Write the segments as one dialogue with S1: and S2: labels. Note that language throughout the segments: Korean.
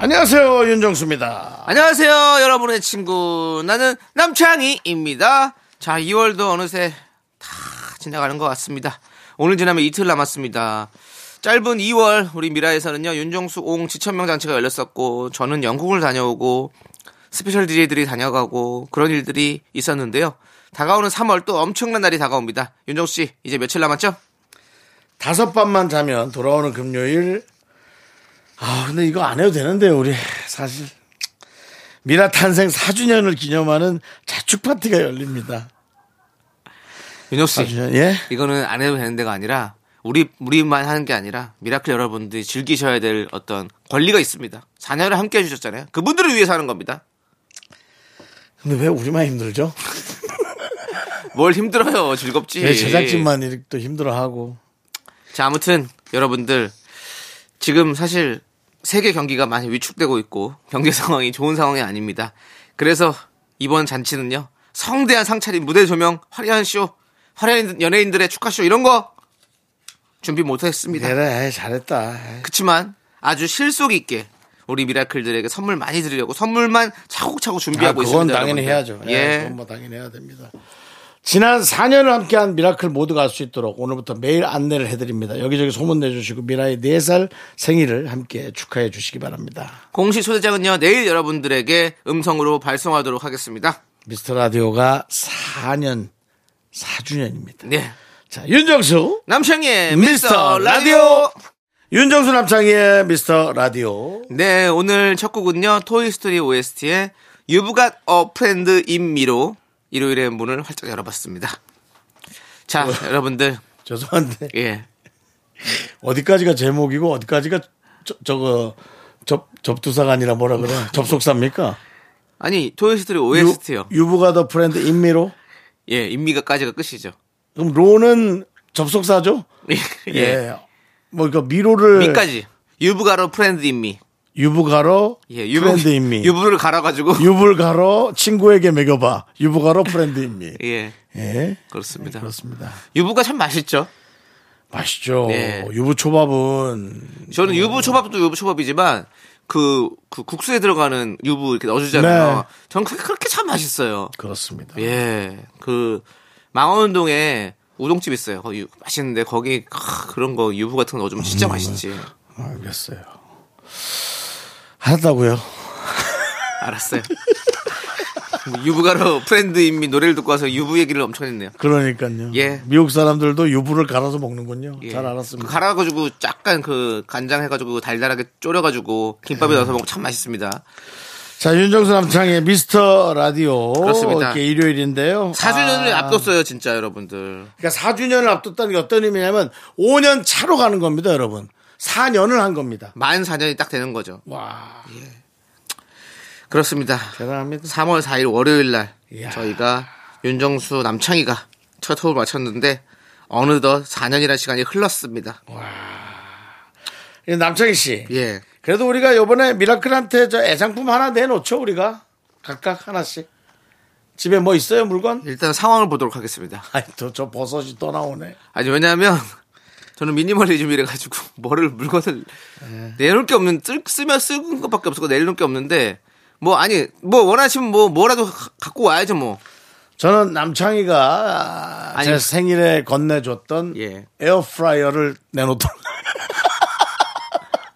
S1: 안녕하세요 윤정수입니다.
S2: 안녕하세요, 여러분의 친구. 나는 남창희입니다. 자, 2월도 어느새 다 지나가는 것 같습니다. 오늘 지나면 이틀 남았습니다. 짧은 2월 우리 미라에서는요 윤정수 옹 지천명 잔치가 열렸었고 저는 영국을 다녀오고 스페셜 DJ들이 다녀가고 그런 일들이 있었는데요 다가오는 3월 또 엄청난 날이 다가옵니다 윤정수 씨 이제 며칠 남았죠?
S1: 다섯 밤만 자면 돌아오는 금요일. 아 근데 이거 안 해도 되는데 우리 사실 미라 탄생 4주년을 기념하는 자축 파티가 열립니다.
S2: 윤정수 씨
S1: 4주년 예.
S2: 이거는 안 해도 되는 데가 아니라 우리 우리만 하는 게 아니라 미라클 여러분들이 즐기셔야 될 어떤 권리가 있습니다. 4년을 함께 해주셨잖아요. 그분들을 위해서 하는 겁니다.
S1: 근데 왜 우리만 힘들죠?
S2: 뭘 힘들어요? 즐겁지.
S1: 왜 네, 제작진만 이렇게 또 힘들어하고
S2: 자 아무튼 여러분들 지금 사실 세계 경기가 많이 위축되고 있고 경제 상황이 좋은 상황이 아닙니다. 그래서 이번 잔치는요 성대한 상차림, 무대 조명, 화려한 쇼, 화려한 연예인들의 축하 쇼 이런 거 준비 못했습니다.
S1: 내가 에이, 잘했다. 에이.
S2: 그치만 아주 실속 있게 우리 미라클들에게 선물 많이 드리려고 선물만 차곡차곡
S1: 아,
S2: 준비하고
S1: 그건
S2: 있습니다.
S1: 당연히 해야죠.
S2: 여러분들.
S1: 예.
S2: 예.
S1: 그건 뭐 당연히 해야 됩니다. 지난 4년을 함께한 미라클 모두가 알 수 있도록 오늘부터 매일 안내를 해드립니다. 여기저기 소문 내주시고 미라의 4살 생일을 함께 축하해 주시기 바랍니다.
S2: 공식 초대장은요 내일 여러분들에게 음성으로 발송하도록 하겠습니다.
S1: 미스터 라디오가 4년, 4주년입니다.
S2: 네.
S1: 자, 윤정수.
S2: 남창의
S1: 미스터
S2: 미스터
S1: 라디오.
S2: 라디오.
S1: 윤정수 남창희의 미스터 라디오.
S2: 네 오늘 첫 곡은요 토이스토리 OST의 유부갓 어프렌드 임미로 일요일에 문을 활짝 열어봤습니다. 자
S1: 어.
S2: 여러분들
S1: 죄송한데,
S2: 예
S1: 어디까지가 제목이고 어디까지가 저, 저거 접, 접두사가 아니라 뭐라 그래? 접속사입니까?
S2: 아니 토이스토리 OST요
S1: 유, 부가더 프렌드 임미로?
S2: 예 임미가까지가 끝이죠.
S1: 그럼 로는 접속사죠?
S2: 예,
S1: 뭐, 그, 미로를.
S2: 미까지 유부가로 프렌드 임미
S1: 유부가로.
S2: 예,
S1: 프렌드 임미.
S2: 유부를 갈아가지고.
S1: 유불가로 친구에게 먹여봐. 유부가로 프렌드 임미.
S2: 예,
S1: 예.
S2: 네, 그렇습니다.
S1: 그렇습니다.
S2: 유부가 참 맛있죠.
S1: 맛있죠.
S2: 예.
S1: 유부초밥은.
S2: 저는 유부 초밥도 유부 초밥이지만 그, 그 국수에 들어가는 유부 이렇게 넣어주잖아요.
S1: 네.
S2: 전 그게 그렇게 참 맛있어요.
S1: 그렇습니다.
S2: 예, 그 망원동에 우동집 있어요. 거기 유- 맛있는데 거기 크, 그런 거 유부 같은 거 넣어주면 진짜 맛있지.
S1: 알겠어요. 하다고요
S2: 알았어요. 뭐 유부가로 프렌드 임미 노래를 듣고 와서 유부 얘기를 엄청 했네요.
S1: 그러니까요.
S2: 예.
S1: 미국 사람들도 유부를 갈아서 먹는군요. 잘 알았습니다.
S2: 그 갈아가지고 약간 그 간장 해가지고 달달하게 졸여가지고
S1: 예.
S2: 김밥에 넣어서 먹으면 참 맛있습니다.
S1: 자, 윤정수 남창의 미스터 라디오.
S2: 그렇습니다.
S1: 이렇게 일요일인데요.
S2: 사주년을
S1: 아.
S2: 앞뒀어요, 진짜 여러분들.
S1: 그러니까 4주년을 앞뒀다는 게 어떤 의미냐면 5년 차로 가는 겁니다, 여러분. 4년을 한 겁니다.
S2: 만 4년이 딱 되는 거죠.
S1: 와,
S2: 그렇습니다.
S1: 대단합니다.
S2: 3월 4일 월요일 날
S1: 이야.
S2: 저희가 윤정수 남창희가 첫 호흡을 마쳤는데 어느덧 4년이라는 시간이 흘렀습니다.
S1: 어. 이 남창희 씨.
S2: 예.
S1: 그래도 우리가 요번에 미라클한테 저 애장품 하나 내놓죠, 우리가. 각각 하나씩. 집에 뭐 있어요, 물건?
S2: 일단 상황을 보도록 하겠습니다.
S1: 아이, 또 저 버섯이 또 나오네.
S2: 아니 왜냐하면 저는 미니멀리즘이라 가지고 뭐를 물건을 내놓을 게 없는 쓸, 쓰면 쓰는 것밖에 없었고 내놓을 게 없는데 뭐 아니 뭐 원하시면 뭐 뭐라도 가- 갖고 와야죠 뭐
S1: 저는 남창희가
S2: 아니.
S1: 제 생일에 건네줬던
S2: 예.
S1: 에어프라이어를 내놓도록.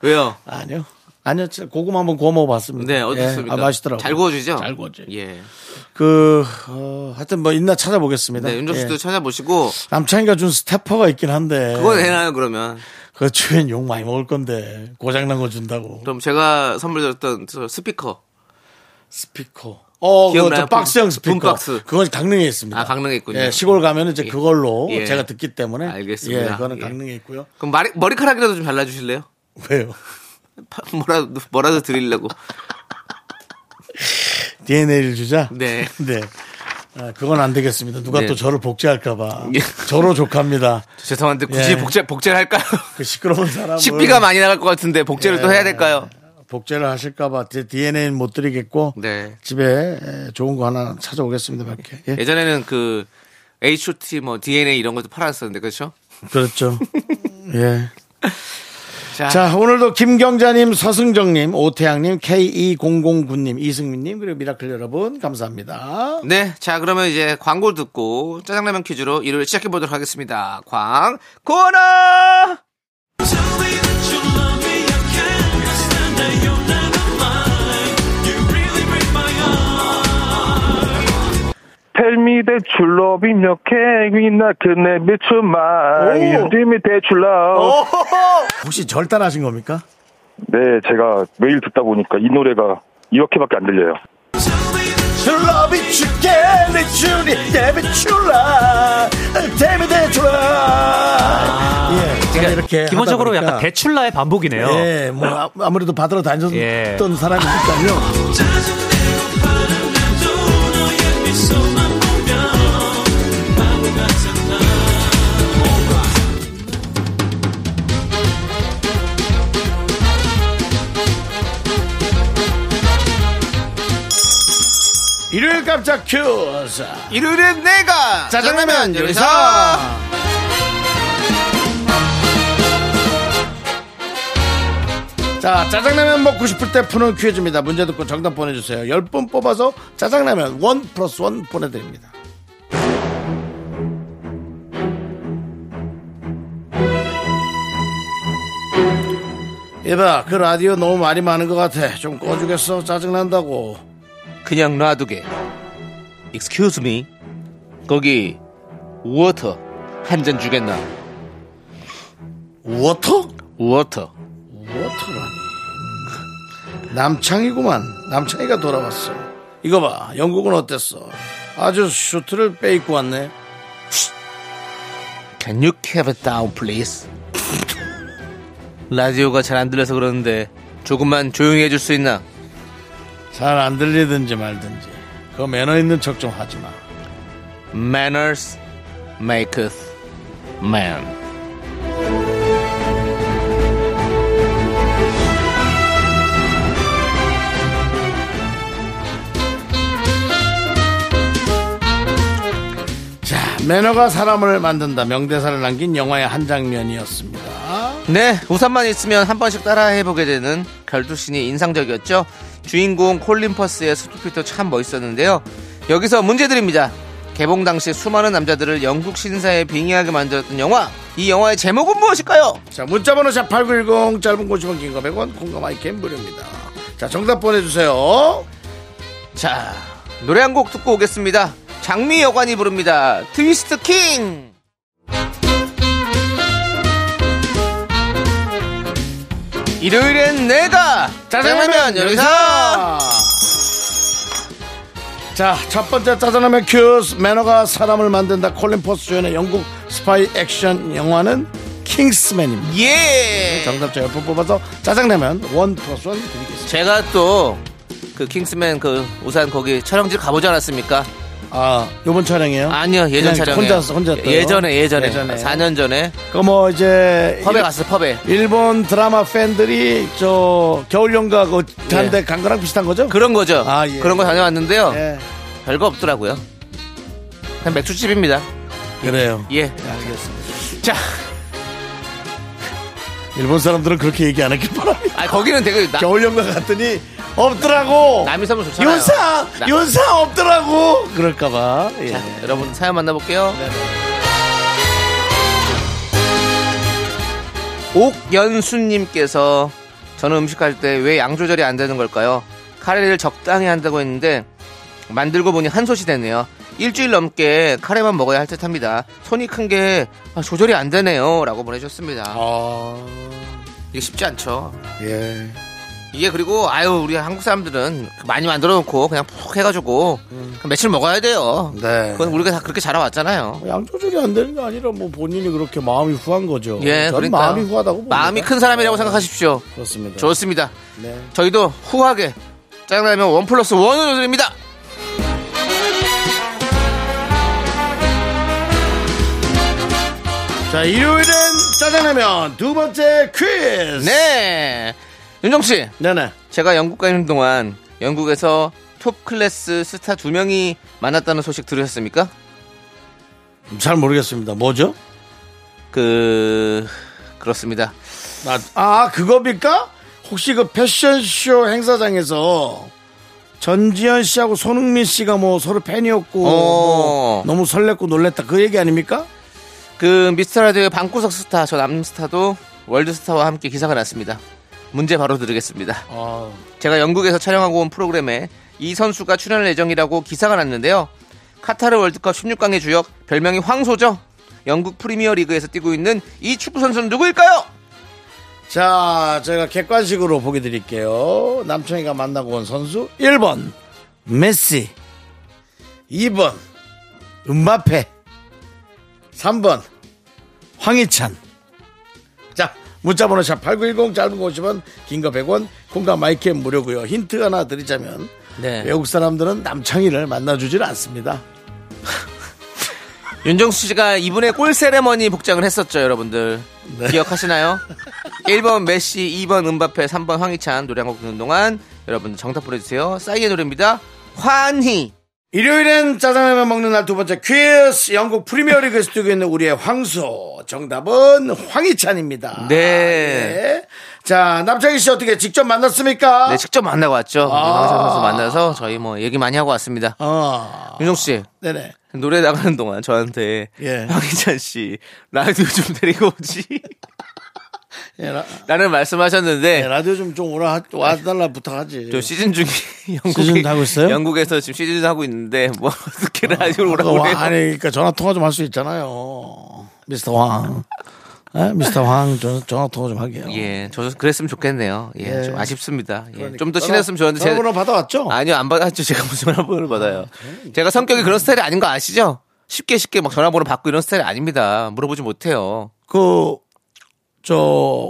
S2: 왜요?
S1: 아니요. 아니요, 진짜 고구마 한번 구워 먹어봤습니다.
S2: 네
S1: 예,
S2: 어떻습니까?
S1: 아, 맛있더라고요. 네.
S2: 잘 구워주죠.
S1: 잘 구워줘요.
S2: 예.
S1: 그, 어, 하여튼 뭐 있나 찾아보겠습니다.
S2: 네 윤정 씨도
S1: 예.
S2: 찾아보시고
S1: 남창이가 준 스태퍼가 있긴 한데.
S2: 그건 해놔요 그러면.
S1: 그 주엔 욕 많이 먹을 건데. 고장난 거 준다고.
S2: 그럼 제가 선물 드렸던 저 스피커
S1: 스피커. 어, 그거
S2: 기억나요?
S1: 저 박스형
S2: 붐-
S1: 스피커.
S2: 붐박스.
S1: 그건 강릉에 있습니다.
S2: 아, 강릉에 있군요.
S1: 예, 시골 가면 이제
S2: 예.
S1: 그걸로
S2: 예.
S1: 제가 듣기 때문에.
S2: 알겠습니다.
S1: 예, 그거는
S2: 예.
S1: 강릉에 있고요.
S2: 그럼 머리, 머리카락이라도 좀 잘라주실래요?
S1: 왜요?
S2: 파- 뭐라도 뭐라도 드리려고
S1: DNA를 주자.
S2: 네.
S1: 네. 아, 그건 안 되겠습니다. 누가
S2: 네.
S1: 또 저를 복제할까봐.
S2: 예.
S1: 저로 족합니다.
S2: 죄송한데 굳이
S1: 예.
S2: 복제 복제를 할까요?
S1: 그 시끄러운 사람.
S2: 식비가 많이 나갈 것 같은데 복제를
S1: 예.
S2: 또 해야 될까요?
S1: 복제를 하실까봐 제 DNA는 못 드리겠고.
S2: 네.
S1: 집에 에, 좋은 거 하나 찾아오겠습니다, 몇 개. 예.
S2: 예전에는 그 H.O.T. 뭐 DNA 이런 것도 팔았었는데 그렇죠?
S1: 그렇죠. 예.
S2: 자,
S1: 자, 오늘도 김경자님, 서승정님, 오태양님, K2009님, 이승민님, 그리고 미라클 여러분, 감사합니다.
S2: 네, 자 그러면 이제 광고 듣고 짜장라면 퀴즈로 일요일 시작해 보도록 하겠습니다. 광고나
S3: Tell me that you love me, okay? We not gonna be too much.
S1: 오.
S3: Tell me that you love.
S1: 혹시 절 따라하신 겁니까?
S3: 네, 제가 매일 듣다 보니까 이 노래가 이렇게밖에 안 들려요.
S1: 예, 제가 이렇게
S4: 아, 기본적으로
S1: 하다
S4: 약간
S1: 보니까
S4: 대출라의 반복이네요.
S1: 예, 뭐 아- 아무래도 받으러 다녔던
S4: 예.
S1: 사람이니까요. 일요일 깜짝 큐스
S2: 일요일엔 내가
S1: 짜장라면
S2: 요리사.
S1: 요리사 자 짜장라면 먹고 싶을 때 푸는 퀴즈입니다 문제 듣고 정답 보내주세요 10분 뽑아서 짜장라면 원 플러스 원 보내드립니다 얘봐 그 라디오 너무 말이 많은 것 같아 좀 꺼주겠어 짜증난다고
S2: 그냥 놔두게. Excuse me. 거기 워터 한 잔 주겠나?
S1: 워터?
S2: 워터.
S1: 워터라니. 남창이구만. 남창이가 돌아왔어. 이거 봐. 영국은 어땠어? 아주 슈트를 빼입고 왔네.
S2: Can you keep it down, please? 라디오가 잘 안 들려서 그러는데 조금만 조용히 해줄 수 있나?
S1: 잘 안 들리든지 말든지. 그 매너 있는 척 좀 하지 마.
S2: Manners maketh man.
S1: 자, 매너가 사람을 만든다. 명대사를 남긴 영화의 한 장면이었습니다.
S2: 네, 우산만 있으면 한 번씩 따라해보게 되는 결투신이 인상적이었죠. 주인공 콜린 퍼스의 스투피터 참 멋있었는데요. 여기서 문제 드립니다. 개봉 당시 수많은 남자들을 영국 신사에 빙의하게 만들었던 영화. 이 영화의 제목은 무엇일까요?
S1: 자, 문자번호 샵8910 짧은 50원 긴거 100원 콩감 아이캔 무료입니다. 자, 정답 보내주세요.
S2: 자, 노래 한 곡 듣고 오겠습니다. 장미 여관이 부릅니다. 트위스트 킹! 일요일엔 내가 짜장라면
S1: 네,
S2: 여기서
S1: 자, 첫 번째 짜장라면 큐스 매너가 사람을 만든다 콜린 포스 주연의 영국 스파이 액션 영화는 킹스맨입니다.
S2: 예
S1: 네, 정답자 10분 뽑아서 짜장라면 원 플러스 원 드리겠습니다.
S2: 제가 또 그 킹스맨 그 우산 거기 촬영지 가보지 않았습니까?
S1: 아, 요번 촬영이에요?
S2: 아니요 예전
S1: 그냥
S2: 촬영
S1: 혼자 왔어, 혼자 왔어요?
S2: 예전에 예전에,
S1: 예전에.
S2: 4년 전에
S1: 그럼 뭐 이제
S2: 펍에
S1: 일-
S2: 갔어 펍에
S1: 일본 드라마 팬들이 저 겨울연가 그 한데 간 거랑 비슷한 거죠?
S2: 그런 거죠
S1: 아, 예.
S2: 그런 거 다녀왔는데요
S1: 예.
S2: 별거 없더라고요 그냥 맥주집입니다
S1: 그래요.
S2: 예 자,
S1: 일본 사람들은 그렇게 얘기 안 했길 바랍니다.
S2: 아 거기는 되게 나,
S1: 겨울연가 갔더니 없더라고.
S2: 남이 사면 좋잖아요.
S1: 윤사
S2: 나-
S1: 윤사 없더라고 그럴까봐 예.
S2: 자, 여러분 사연 만나볼게요. 옥연수님께서 네. 저는 음식할 때 왜 양 조절이 안 되는 걸까요? 카레를 적당히 한다고 했는데 만들고 보니 한솥이 되네요. 일주일 넘게 카레만 먹어야 할 듯합니다. 손이 큰 게 아, 조절이 안 되네요.라고 보내주셨습니다.
S1: 아.
S2: 이게 쉽지 않죠.
S1: 예.
S2: 이게 그리고 아유 우리 한국 사람들은 많이 만들어 놓고 그냥 푹 해가지고 며칠 먹어야 돼요.
S1: 네.
S2: 그건 우리가 다 그렇게 자라왔잖아요.
S1: 양 조절이 안 되는 게 아니라 뭐 본인이 그렇게 마음이 후한 거죠.
S2: 예,
S1: 저는
S2: 그러니까
S1: 마음이 후하다고 봅니다.
S2: 마음이 큰 사람이라고 생각하십시오.
S1: 네. 그렇습니다.
S2: 좋습니다.
S1: 네.
S2: 저희도 후하게 짜장라면 원 플러스 원으로 드립니다.
S1: 자, 일요일은 짜장라면 두 번째 퀴즈.
S2: 네. 윤정 씨,
S1: 네네.
S2: 제가 영국 가 있는 동안 영국에서 톱 클래스 스타 두 명이 만났다는 소식 들으셨습니까?
S1: 잘 모르겠습니다. 뭐죠?
S2: 그 그렇습니다.
S1: 아, 아 그겁니까? 혹시 그 패션쇼 행사장에서 전지현 씨하고 손흥민 씨가 뭐 서로 팬이었고
S2: 어.
S1: 뭐 너무 설렜고 놀랬다 그 얘기 아닙니까?
S2: 그 미스터 라디오의 방구석 스타 저 남스타도 월드스타와 함께 기사가 났습니다. 문제 바로 드리겠습니다. 제가 영국에서 촬영하고 온 프로그램에 이 선수가 출연할 예정이라고 기사가 났는데요. 카타르 월드컵 16강의 주역 별명이 황소죠. 영국 프리미어 리그에서 뛰고 있는 이 축구 선수는 누구일까요?
S1: 자, 제가 객관식으로 보게 드릴게요. 남청이가 만나고 온 선수 1번 메시 2번 음바페 3번 황희찬 자, 문자번호 샵 8910 짧은 거 50원 긴 거 100원 공감 마이캠 무료고요. 힌트 하나 드리자면
S2: 네.
S1: 외국 사람들은 남창희를 만나주질 않습니다.
S2: 윤정수 씨가 이분의 골 세레머니 복장을 했었죠, 여러분들. 기억하시나요? 1번 메시, 2번 은바페, 3번 황희찬 노래 한 곡 듣는 동안 여러분 정답 보내주세요. 싸이의 노래입니다. 환희.
S1: 일요일엔 짜장라면 먹는 날 두 번째 퀴즈 영국 프리미어리그에서 뛰고 있는 우리의 황소 정답은 황희찬입니다.
S2: 네.
S1: 네. 자 남창희 씨 어떻게 직접 만났습니까?
S2: 네, 직접 만나고 왔죠.
S1: 아.
S2: 황희찬 선수 만나서 저희 뭐 얘기 많이 하고 왔습니다.
S1: 어,
S2: 윤정수 씨.
S1: 네네.
S2: 노래 나가는 동안 저한테
S1: 예.
S2: 황희찬 씨 라디오 좀 데리고 오지
S1: 예, 라,
S2: 라는 말씀하셨는데
S1: 예, 라디오 좀 좀 오라 하- 와달라 부탁하지.
S2: 저 시즌 중에 영국에
S1: 시즌도 하고 있어요?
S2: 영국에서 지금 시즌 하고 있는데 뭐 어떻게
S1: 어,
S2: 라디오를 오라고
S1: 와,
S2: 해요?
S1: 아니 그러니까 전화 통화 좀 할 수 있잖아요. 미스터 황. 예? 미스터 황 전, 전화 통화 좀 하게요.
S2: 예, 저 그랬으면 좋겠네요. 예,
S1: 예.
S2: 좀 아쉽습니다. 예,
S1: 그러니까
S2: 좀 더
S1: 전화-
S2: 친했으면 좋았는데 제가-
S1: 전화번호 받아왔죠?
S2: 아니요 안 받았죠. 제가 무슨 전화번호를 받아요. 제가 성격이 그런 스타일이 아닌 거 아시죠? 쉽게 쉽게 막 전화번호 받고 이런 스타일이 아닙니다. 물어보지 못해요.
S1: 그저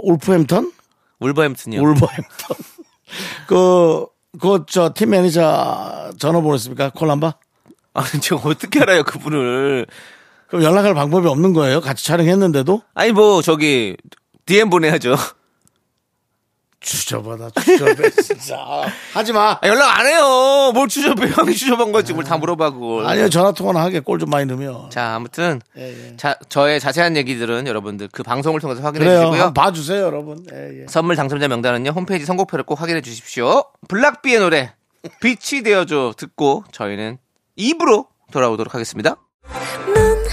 S1: 울프햄턴?
S2: 울버햄튼요.
S1: 울버햄턴. 그, 그, 저, 팀 매니저 전화번호 있습니까? 콜람바?
S2: 아니 제가 어떻게 알아요 그분을?
S1: 그럼 연락할 방법이 없는 거예요? 같이 촬영했는데도?
S2: 아니 뭐 저기 DM 보내야죠.
S1: 주저받아, 주저배, 진짜. 하지 마.
S2: 아, 연락 안 해요. 뭘 추접해 형이 추접한 거지 뭘 다 물어봐 그걸.
S1: 아니요, 전화통화나 하게 골 좀 많이 넣으면.
S2: 자 아무튼
S1: 예, 예.
S2: 자, 저의 자세한 얘기들은 여러분들 그 방송을 통해서 확인해
S1: 그래요.
S2: 주시고요.
S1: 한번 봐주세요, 여러분. 예, 예.
S2: 선물 당첨자 명단은요 홈페이지 선곡표를 꼭 확인해 주십시오. 블락비의 노래 빛이 되어줘 듣고 저희는 입으로 돌아오도록 하겠습니다.
S4: 넌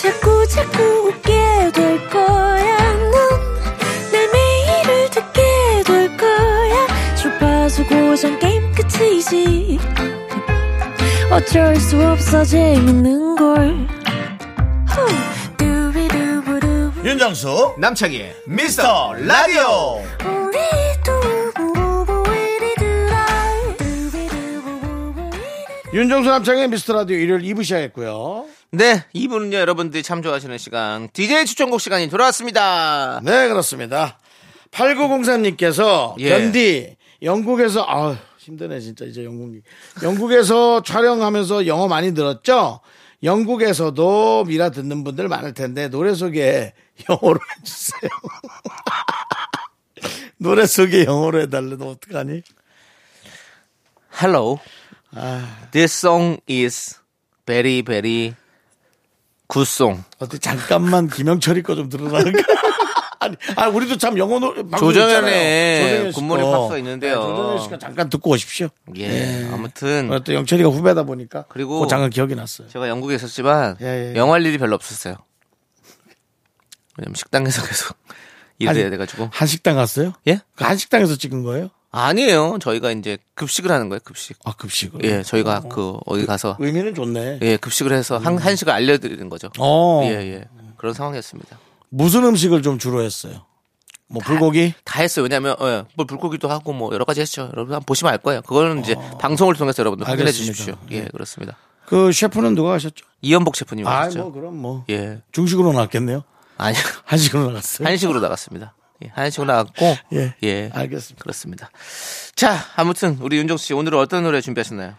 S4: 자꾸 자꾸 웃게 될 거야. 넌내 매일을 듣게 될 거야. 주파수 고정 게임 끝이지. 어쩔 수 없어 재밌는 걸. 후. 두비두부두.
S1: 윤정수, 남창희, 미스터 라디오.
S4: 우리 두부부부 우리들아. 두비두부부부 우리들아.
S1: 윤정수, 남창희, 미스터 라디오 일요일 2부 시작했고요.
S2: 네, 이분은요 여러분들이 참 좋아하시는 시간 DJ 추천곡 시간이 돌아왔습니다.
S1: 네, 그렇습니다. 8903님께서
S2: 예.
S1: 견디 영국에서 아 힘드네 진짜 이제 영국 영국에서 촬영하면서 영어 많이 들었죠? 영국에서도 미라 듣는 분들 많을 텐데 노래 소개 영어로 해주세요. 노래 소개 영어로 해달래도 어떡하니?
S2: Hello,
S1: 아.
S2: this song is very very good song.
S1: 어떻게 잠깐만 김영철이 거 좀 들으라니까. 아니, 아 우리도 참 영어 노래 방송
S2: 조정현의 네,
S1: 있잖아요. 조정현 씨
S2: 굿모닝
S1: 거.
S2: 팝스가 있는데요.
S1: 네, 조정현 씨가 잠깐 듣고 오십시오.
S2: 예, 아무튼
S1: 어, 또 영철이가 후배다 보니까
S2: 그리고
S1: 그 잠깐 기억이 났어요.
S2: 제가 영국에 있었지만
S1: 예, 예.
S2: 영할 일이 별로 없었어요. 왜냐면 식당에서 계속 일을
S1: 아니,
S2: 해야 돼가지고
S1: 한식당 갔어요?
S2: 예?
S1: 그 한식당에서 찍은 거예요?
S2: 아니에요. 저희가 이제 급식을 하는 거예요. 급식.
S1: 아 급식을.
S2: 예, 저희가 그 어디 가서
S1: 의미는 좋네.
S2: 예 급식을 해서 한 한식을 알려드리는 거죠.
S1: 음. 어
S2: 예, 예. 그런 상황이었습니다.
S1: 무슨 음식을 좀 주로 했어요? 뭐 불고기?
S2: 다 했어요. 왜냐하면 예, 뭐 불고기도 하고 뭐 여러 가지 했죠. 여러분 한번 보시면 알 거예요. 그거는 이제 방송을 통해서 여러분들 확인해
S1: 어. 알겠습니다.
S2: 주십시오. 예, 그렇습니다.
S1: 그 셰프는 누가 하셨죠?
S2: 이연복 셰프님
S1: 아,
S2: 하셨죠.
S1: 뭐 그럼 뭐
S2: 예,
S1: 중식으로 나왔겠네요.
S2: 아니요.
S1: 한식으로 나갔어요.
S2: 한식으로 나갔습니다. 예, 한식으로 나갔고
S1: 예.
S2: 예,
S1: 알겠습니다.
S2: 그렇습니다. 자, 아무튼 우리 윤정수 씨 오늘은 어떤 노래 준비하셨나요?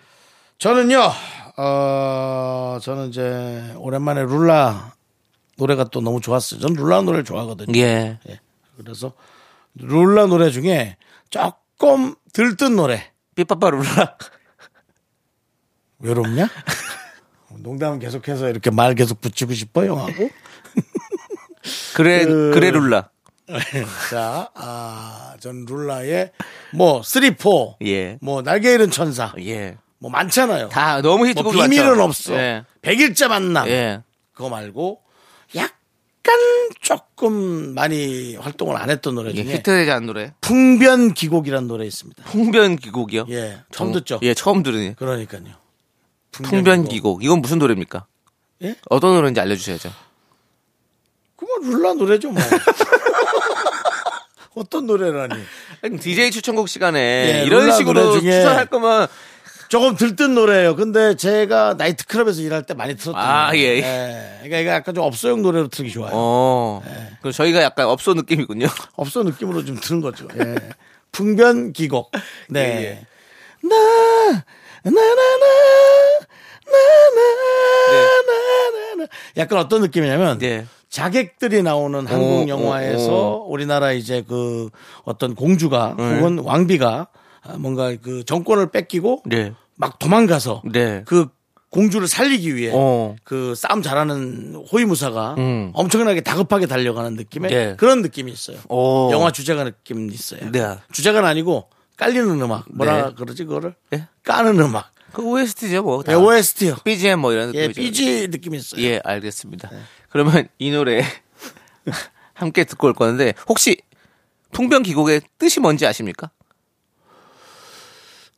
S1: 저는요. 어 저는 이제 오랜만에 룰라 노래가 또 너무 좋았어요. 전 룰라 노래를 좋아하거든요.
S2: 예.
S1: 예. 그래서 룰라 노래 중에 조금 들뜬 노래
S2: 삐빠빠 룰라.
S1: 외롭냐? 농담 계속해서 이렇게 말 계속 붙이고 싶어 형하고
S2: 그래,
S1: 그-
S2: 그래 룰라.
S1: 자, 아, 전 룰라의 뭐 쓰리포,
S2: 예.
S1: 뭐 날개 잃은 천사,
S2: 예.
S1: 뭐 많잖아요.
S2: 다 너무
S1: 뭐
S2: 히트곡이
S1: 비밀은
S2: 많죠.
S1: 없어. 아,
S2: 예.
S1: 백일자 만남
S2: 예.
S1: 그거 말고 약간 조금 많이 활동을 안 했던 노래
S2: 예.
S1: 중에
S2: 히트되지 않은 노래.
S1: 풍변기곡이라는 노래 있습니다.
S2: 풍변기곡이요?
S1: 예, 처음 듣죠.
S2: 예, 처음 들으니.
S1: 그러니까요.
S2: 풍변기곡. 이건 무슨 노래입니까?
S1: 예?
S2: 어떤 노래인지 알려주셔야죠.
S1: 그건 룰라 노래죠 뭐. 어떤 노래라니?
S2: DJ 추천곡 시간에
S1: 예,
S2: 이런
S1: 룰라
S2: 식으로
S1: 노래 중에-
S2: 추천할 거면
S1: 조금 들뜬 노래예요. 근데 제가 나이트클럽에서 일할 때 많이 들었던
S2: 아,
S1: 노래.
S2: 예, 예.
S1: 그러니까 이거 약간 좀 업소용 노래로 틀기 좋아요.
S2: 어. 그럼 저희가 약간 업소 느낌이군요.
S1: 업소 느낌으로 좀 들은 거죠. 예. 풍변 기곡. 네.
S2: 예,
S1: 나 나나나 나나나나 약간 어떤 느낌이냐면
S2: 네.
S1: 자객들이 나오는 한국
S2: 오,
S1: 영화에서
S2: 오, 네.
S1: 우리나라 이제 그 어떤 공주가 혹은 왕비가 뭔가 그 정권을 뺏기고
S2: 네.
S1: 막 도망가서
S2: 네.
S1: 그 공주를 살리기 위해
S2: 어.
S1: 그 싸움 잘하는 호위무사가
S2: 음.
S1: 엄청나게 다급하게 달려가는 느낌의
S2: 네.
S1: 그런 느낌이 있어요.
S2: 오.
S1: 영화 주제가 느낌 있어요.
S2: 네.
S1: 주제가 아니고 깔리는 음악 뭐라
S2: 네.
S1: 그러지 그거를
S2: 예?
S1: 까는 음악.
S2: 그 OST죠, 뭐. 다.
S1: 네, OST요.
S2: BGM 뭐 이런
S1: 예,
S2: 느낌이죠.
S1: BG 느낌이 있어요.
S2: 예, 알겠습니다. 그러면 이 노래 함께 듣고 올 건데 혹시 풍변기곡의 뜻이 뭔지 아십니까?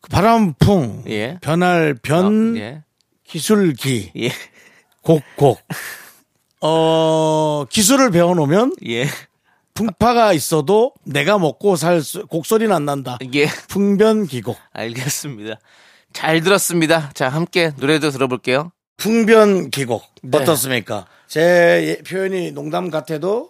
S1: 그 바람풍,
S2: 예.
S1: 변할 변,
S2: 아, 예.
S1: 기술기,
S2: 예.
S1: 곡곡. 어 기술을 배워놓으면
S2: 예.
S1: 풍파가 있어도 내가 먹고 살 수, 곡소리는 안 난다.
S2: 예.
S1: 풍변기곡.
S2: 알겠습니다. 잘 들었습니다. 자, 함께 노래도 들어볼게요.
S1: 풍변기곡
S2: 네.
S1: 어떻습니까? 제 예- 표현이 농담 같아도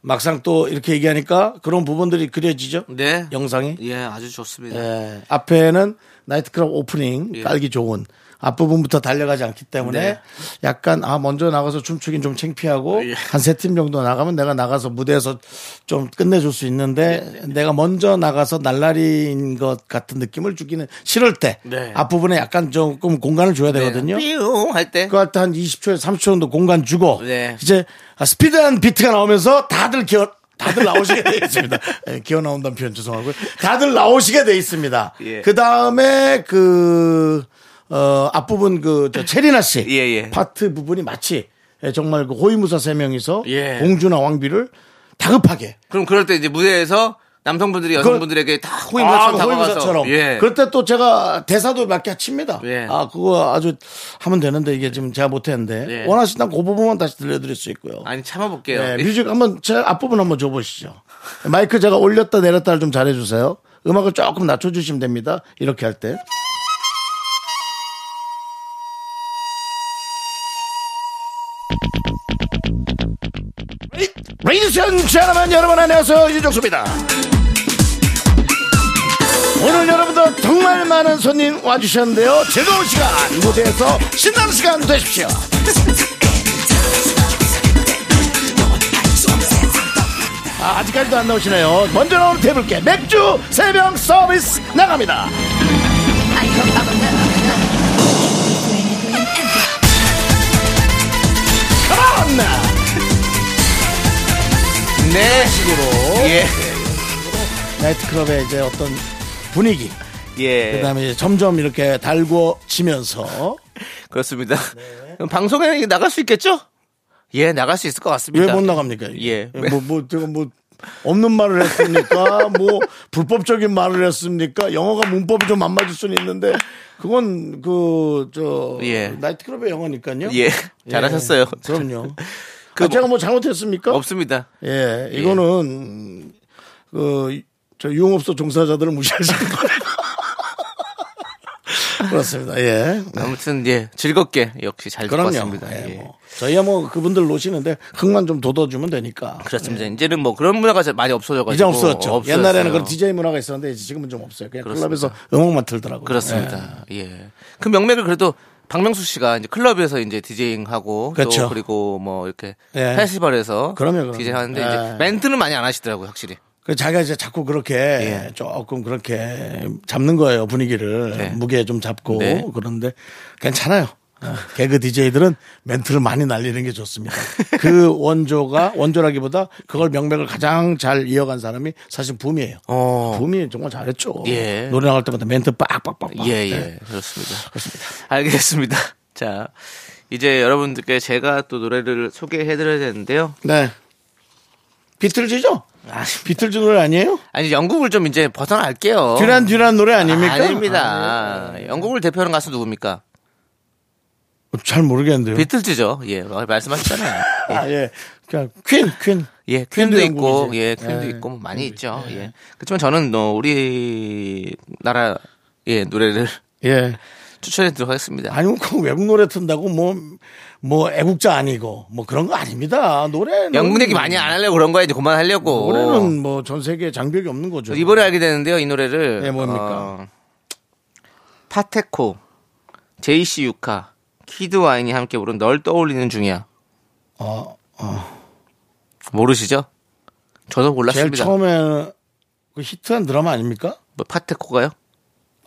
S1: 막상 또 이렇게 얘기하니까 그런 부분들이 그려지죠.
S2: 네.
S1: 영상이.
S2: 예, 아주 좋습니다.
S1: 예, 앞에는 나이트클럽 오프닝
S2: 예.
S1: 깔기 좋은 앞부분부터 달려가지 않기 때문에
S2: 네.
S1: 약간 아 먼저 나가서 춤추긴 좀 창피하고
S2: 예.
S1: 한 세 팀 정도 나가면 내가 나가서 무대에서 좀 끝내줄 수
S2: 네,
S1: 있는데 내가 먼저 나가서 날라리인 것 같은 느낌을 주기는 싫을 때
S2: 네.
S1: 앞부분에 약간 조금 공간을 줘야 되거든요.
S2: 삐용 할 때.
S1: 그할 때 한 20초에서 30초 정도 공간 주고
S2: 네.
S1: 이제 아, 스피드한 비트가 나오면서 다들 기어 다들 나오시게 돼 있습니다. 예, 기어 나온다는 표현 죄송하고요. 다들 나오시게 돼 있습니다.
S2: 예.
S1: 그 다음에 그 어, 앞부분 그저 체리나 씨
S2: 예, 예.
S1: 파트 부분이 마치 예, 정말 그 호위무사 세 명이서
S2: 예.
S1: 공주나 왕비를 다급하게
S2: 그럼 그럴 때 이제 무대에서 남성분들이 여성분들에게 다
S1: 아,
S2: 호위무사처럼 다가가서
S1: 호위무사처럼.
S2: 예.
S1: 그럴 때 또 제가 대사도 몇 개 칩니다.
S2: 예.
S1: 아, 그거 아주 하면 되는데 이게 지금 제가 못했는데.
S2: 예.
S1: 원하신다면 그 부분만 다시 들려드릴 수 있고요.
S2: 아니 참아볼게요. 예.
S1: 네, 뮤직 한번 제 앞부분 한번 줘보시죠. 마이크 제가 올렸다 내렸다를 좀 잘해주세요. 음악을 조금 낮춰주시면 됩니다. 이렇게 할 때. 레이디스 여러분, 여러분 안녕하세요. 유정수입니다. 오늘 여러분들 정말 많은 손님 와주셨는데요. 즐거운 시간, 무대에서 신나는 시간 되십시오. 아, 아직까지도 안 나오시네요. 먼저 나오는 테이블께 맥주 세 병 서비스 나갑니다. 컴온!
S2: 네.
S1: 식으로
S2: 예.
S1: 나이트클럽의 이제 어떤 분위기
S2: 예.
S1: 그다음에 이제 점점 이렇게 달궈지면서
S2: 그렇습니다.
S1: 네.
S2: 그럼 방송에 이게 나갈 수 있겠죠? 예, 나갈 수 있을 것
S1: 왜
S2: 같습니다.
S1: 못 나갑니까? 이게?
S2: 예.
S1: 뭐, 뭐, 제가 뭐, 없는 말을 했습니까? 뭐, 불법적인 말을 했습니까? 영어가 문법이 좀 안 맞을 수는 있는데, 그건 그, 저,
S2: 예.
S1: 나이트클럽의 영어니까요.
S2: 예, 잘하셨어요.
S1: 그럼요.
S2: 그
S1: 아, 제가 뭐 잘못했습니까?
S2: 없습니다.
S1: 예, 이거는, 그, 저 유흥업소 종사자들을 무시하시는 거예요. 그렇습니다. 예.
S2: 아무튼 예, 즐겁게 역시 잘 듣고
S1: 그럼요.
S2: 왔습니다.
S1: 예,
S2: 예.
S1: 뭐. 저희야 뭐 그분들 노시는데 흙만 좀 돋워주면 되니까.
S2: 그렇습니다. 이제는 뭐 그런 문화가 잘 많이 없어져가지고
S1: 네. 이제 없어졌죠.
S2: 없어졌어요.
S1: 옛날에는 그런 DJ 문화가 있었는데 이제 지금은 좀 없어요. 그냥
S2: 그렇습니다.
S1: 클럽에서 음악만 틀더라고요.
S2: 그렇습니다. 예. 그 명맥을 그래도 박명수 씨가 이제 클럽에서 이제 디제잉하고
S1: 그렇죠.
S2: 또 그리고 뭐 이렇게
S1: 예.
S2: 페스티벌에서
S1: 그럼요, 그럼요.
S2: 디제잉 하는데
S1: 예.
S2: 이제 멘트는 많이 안 하시더라고요, 확실히.
S1: 그 자기가 이제 자꾸 그렇게 조금 그렇게 잡는 거예요 분위기를
S2: 예. 네.
S1: 무게 좀 잡고
S2: 네.
S1: 그런데 괜찮아요. 어, 개그 DJ들은 멘트를 많이 날리는 게 좋습니다. 그 원조가 원조라기보다 그걸 명맥을 가장 잘 이어간 사람이 사실 붐이에요.
S2: 어.
S1: 붐이 정말 잘했죠.
S2: 예.
S1: 노래 나갈 때마다 멘트 빡빡빡. 네.
S2: 예, 예. 그렇습니다. 그렇습니다. 알겠습니다. 자, 이제 여러분들께 제가 또 노래를 소개해 드려야 되는데요.
S1: 네. 비틀즈죠?
S2: 아,
S1: 비틀즈 노래 아니에요?
S2: 아니 영국을 좀 이제 벗어날게요.
S1: 듀란 듀란 노래 아닙니까? 네.
S2: 아닙니다. 영국을 대표하는 가수 누굽니까?
S1: 아, 잘 모르겠는데요.
S2: 비틀즈죠. 예, 말씀하셨잖아요.
S1: 아, 예. 그냥 퀸, 퀸.
S2: 예, 퀸도
S1: 퀸도
S2: 있고,
S1: 영국이지.
S2: 예, 퀸도
S1: 예,
S2: 있고 뭐 많이 있죠. 예. 그렇지만 저는 어, 우리 나라의 노래를
S1: 예.
S2: 추천해 드리겠습니다.
S1: 아니면 그 외국 노래 튼다고 뭐, 뭐 애국자 아니고 뭐 그런 거 아닙니다. 노래는.
S2: 영국 얘기 많이 안 하려고 그런 거야 이제 그만 하려고.
S1: 뭐
S2: 어,
S1: 노래는 뭐 전 세계에 장벽이 없는 거죠.
S2: 이번에 알게 되는데요, 이 노래를.
S1: 네, 뭡니까?
S2: 어, 파테코, 제이씨 유카, 키드 와인이 함께 부른 널 떠올리는 중이야.
S1: 어,
S2: 모르시죠? 저도
S1: 제일
S2: 몰랐습니다.
S1: 처음에 그 히트한 드라마 아닙니까?
S2: 뭐 파테코가요?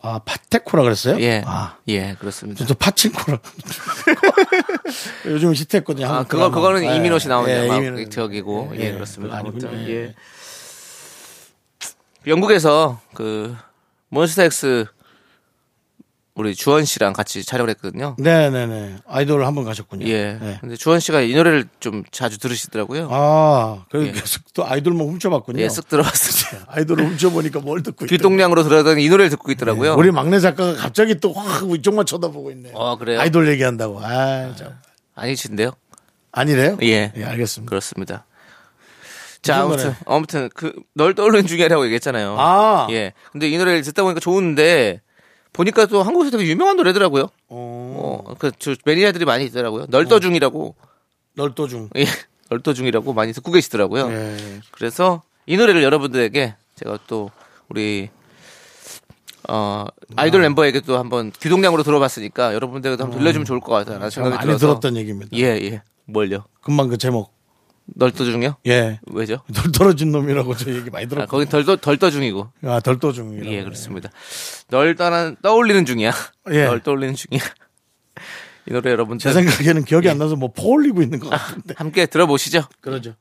S1: 아, 파테코라 그랬어요?
S2: 예.
S1: 아.
S2: 예, 그렇습니다.
S1: 저도 파친코라. 요즘 히트했거든요.
S2: 아,
S1: 한국
S2: 그거,
S1: 드라마.
S2: 그거는
S1: 예.
S2: 이민호 씨 나오는
S1: 예,
S2: 영화
S1: 이민호.
S2: 저기고. 예, 그렇습니다.
S1: 아니군요.
S2: 아무튼,
S1: 예.
S2: 예. 영국에서 그, 몬스타엑스 우리 주원 씨랑 같이 촬영을 했거든요.
S1: 네네네. 아이돌 한번 가셨군요.
S2: 예.
S1: 네.
S2: 근데 주원 씨가 이 노래를 좀 자주 들으시더라고요.
S1: 아, 그래서 계속 또 아이돌만 훔쳐봤군요.
S2: 예, 쓱 들어봤어요.
S1: 아이돌을 훔쳐보니까 뭘 듣고 있던
S2: 귀동량으로 들어가더니 이 노래를 듣고 있더라고요.
S1: 예, 우리 막내 작가가 갑자기 또 확 이쪽만 쳐다보고 있네.
S2: 어, 그래요?
S1: 아이돌 얘기한다고. 아, 참.
S2: 아니신데요?
S1: 아니래요?
S2: 예.
S1: 알겠습니다.
S2: 그렇습니다. 자,
S1: 무슨
S2: 아무튼, 아무튼, 그, 널 떠오르는 중이라고 얘기했잖아요.
S1: 아.
S2: 예. 근데 이 노래를 듣다 보니까 좋은데, 보니까 또 한국에서 되게 유명한 노래더라고요. 어,
S1: 음.
S2: 그, 저, 매니아들이 많이 있더라고요. 널떠 중이라고,
S1: 널또 중.
S2: 예, 널떠 중이라고 많이 듣고 계시더라고요.
S1: 예.
S2: 그래서 이 노래를 여러분들에게 제가 또, 우리, 어, 아이돌 멤버에게 또 한번 귀동량으로 들어봤으니까 여러분들에게도 한번 들려주면 좋을 것 같다는 생각이
S1: 음. 많이
S2: 들어서.
S1: 들었던 얘기입니다.
S2: 예, 예. 뭘요?
S1: 금방 그 제목.
S2: 널떠 중이요?
S1: 예.
S2: 왜죠?
S1: 덜 떨어진 놈이라고 저 얘기 많이
S2: 아,
S1: 들었고.
S2: 거긴 덜, 떠- 덜 떠중이고.
S1: 아, 덜또 중이라고.
S2: 예, 그렇습니다. 널 떠난, 떠올리는 중이야.
S1: 예.
S2: 널 떠올리는 중이야. 이 노래 여러분들
S1: 제 생각에는
S2: 예.
S1: 기억이 안 나서 뭐 포올리고 있는 것
S2: 아,
S1: 같은데.
S2: 함께 들어보시죠.
S1: 그러죠.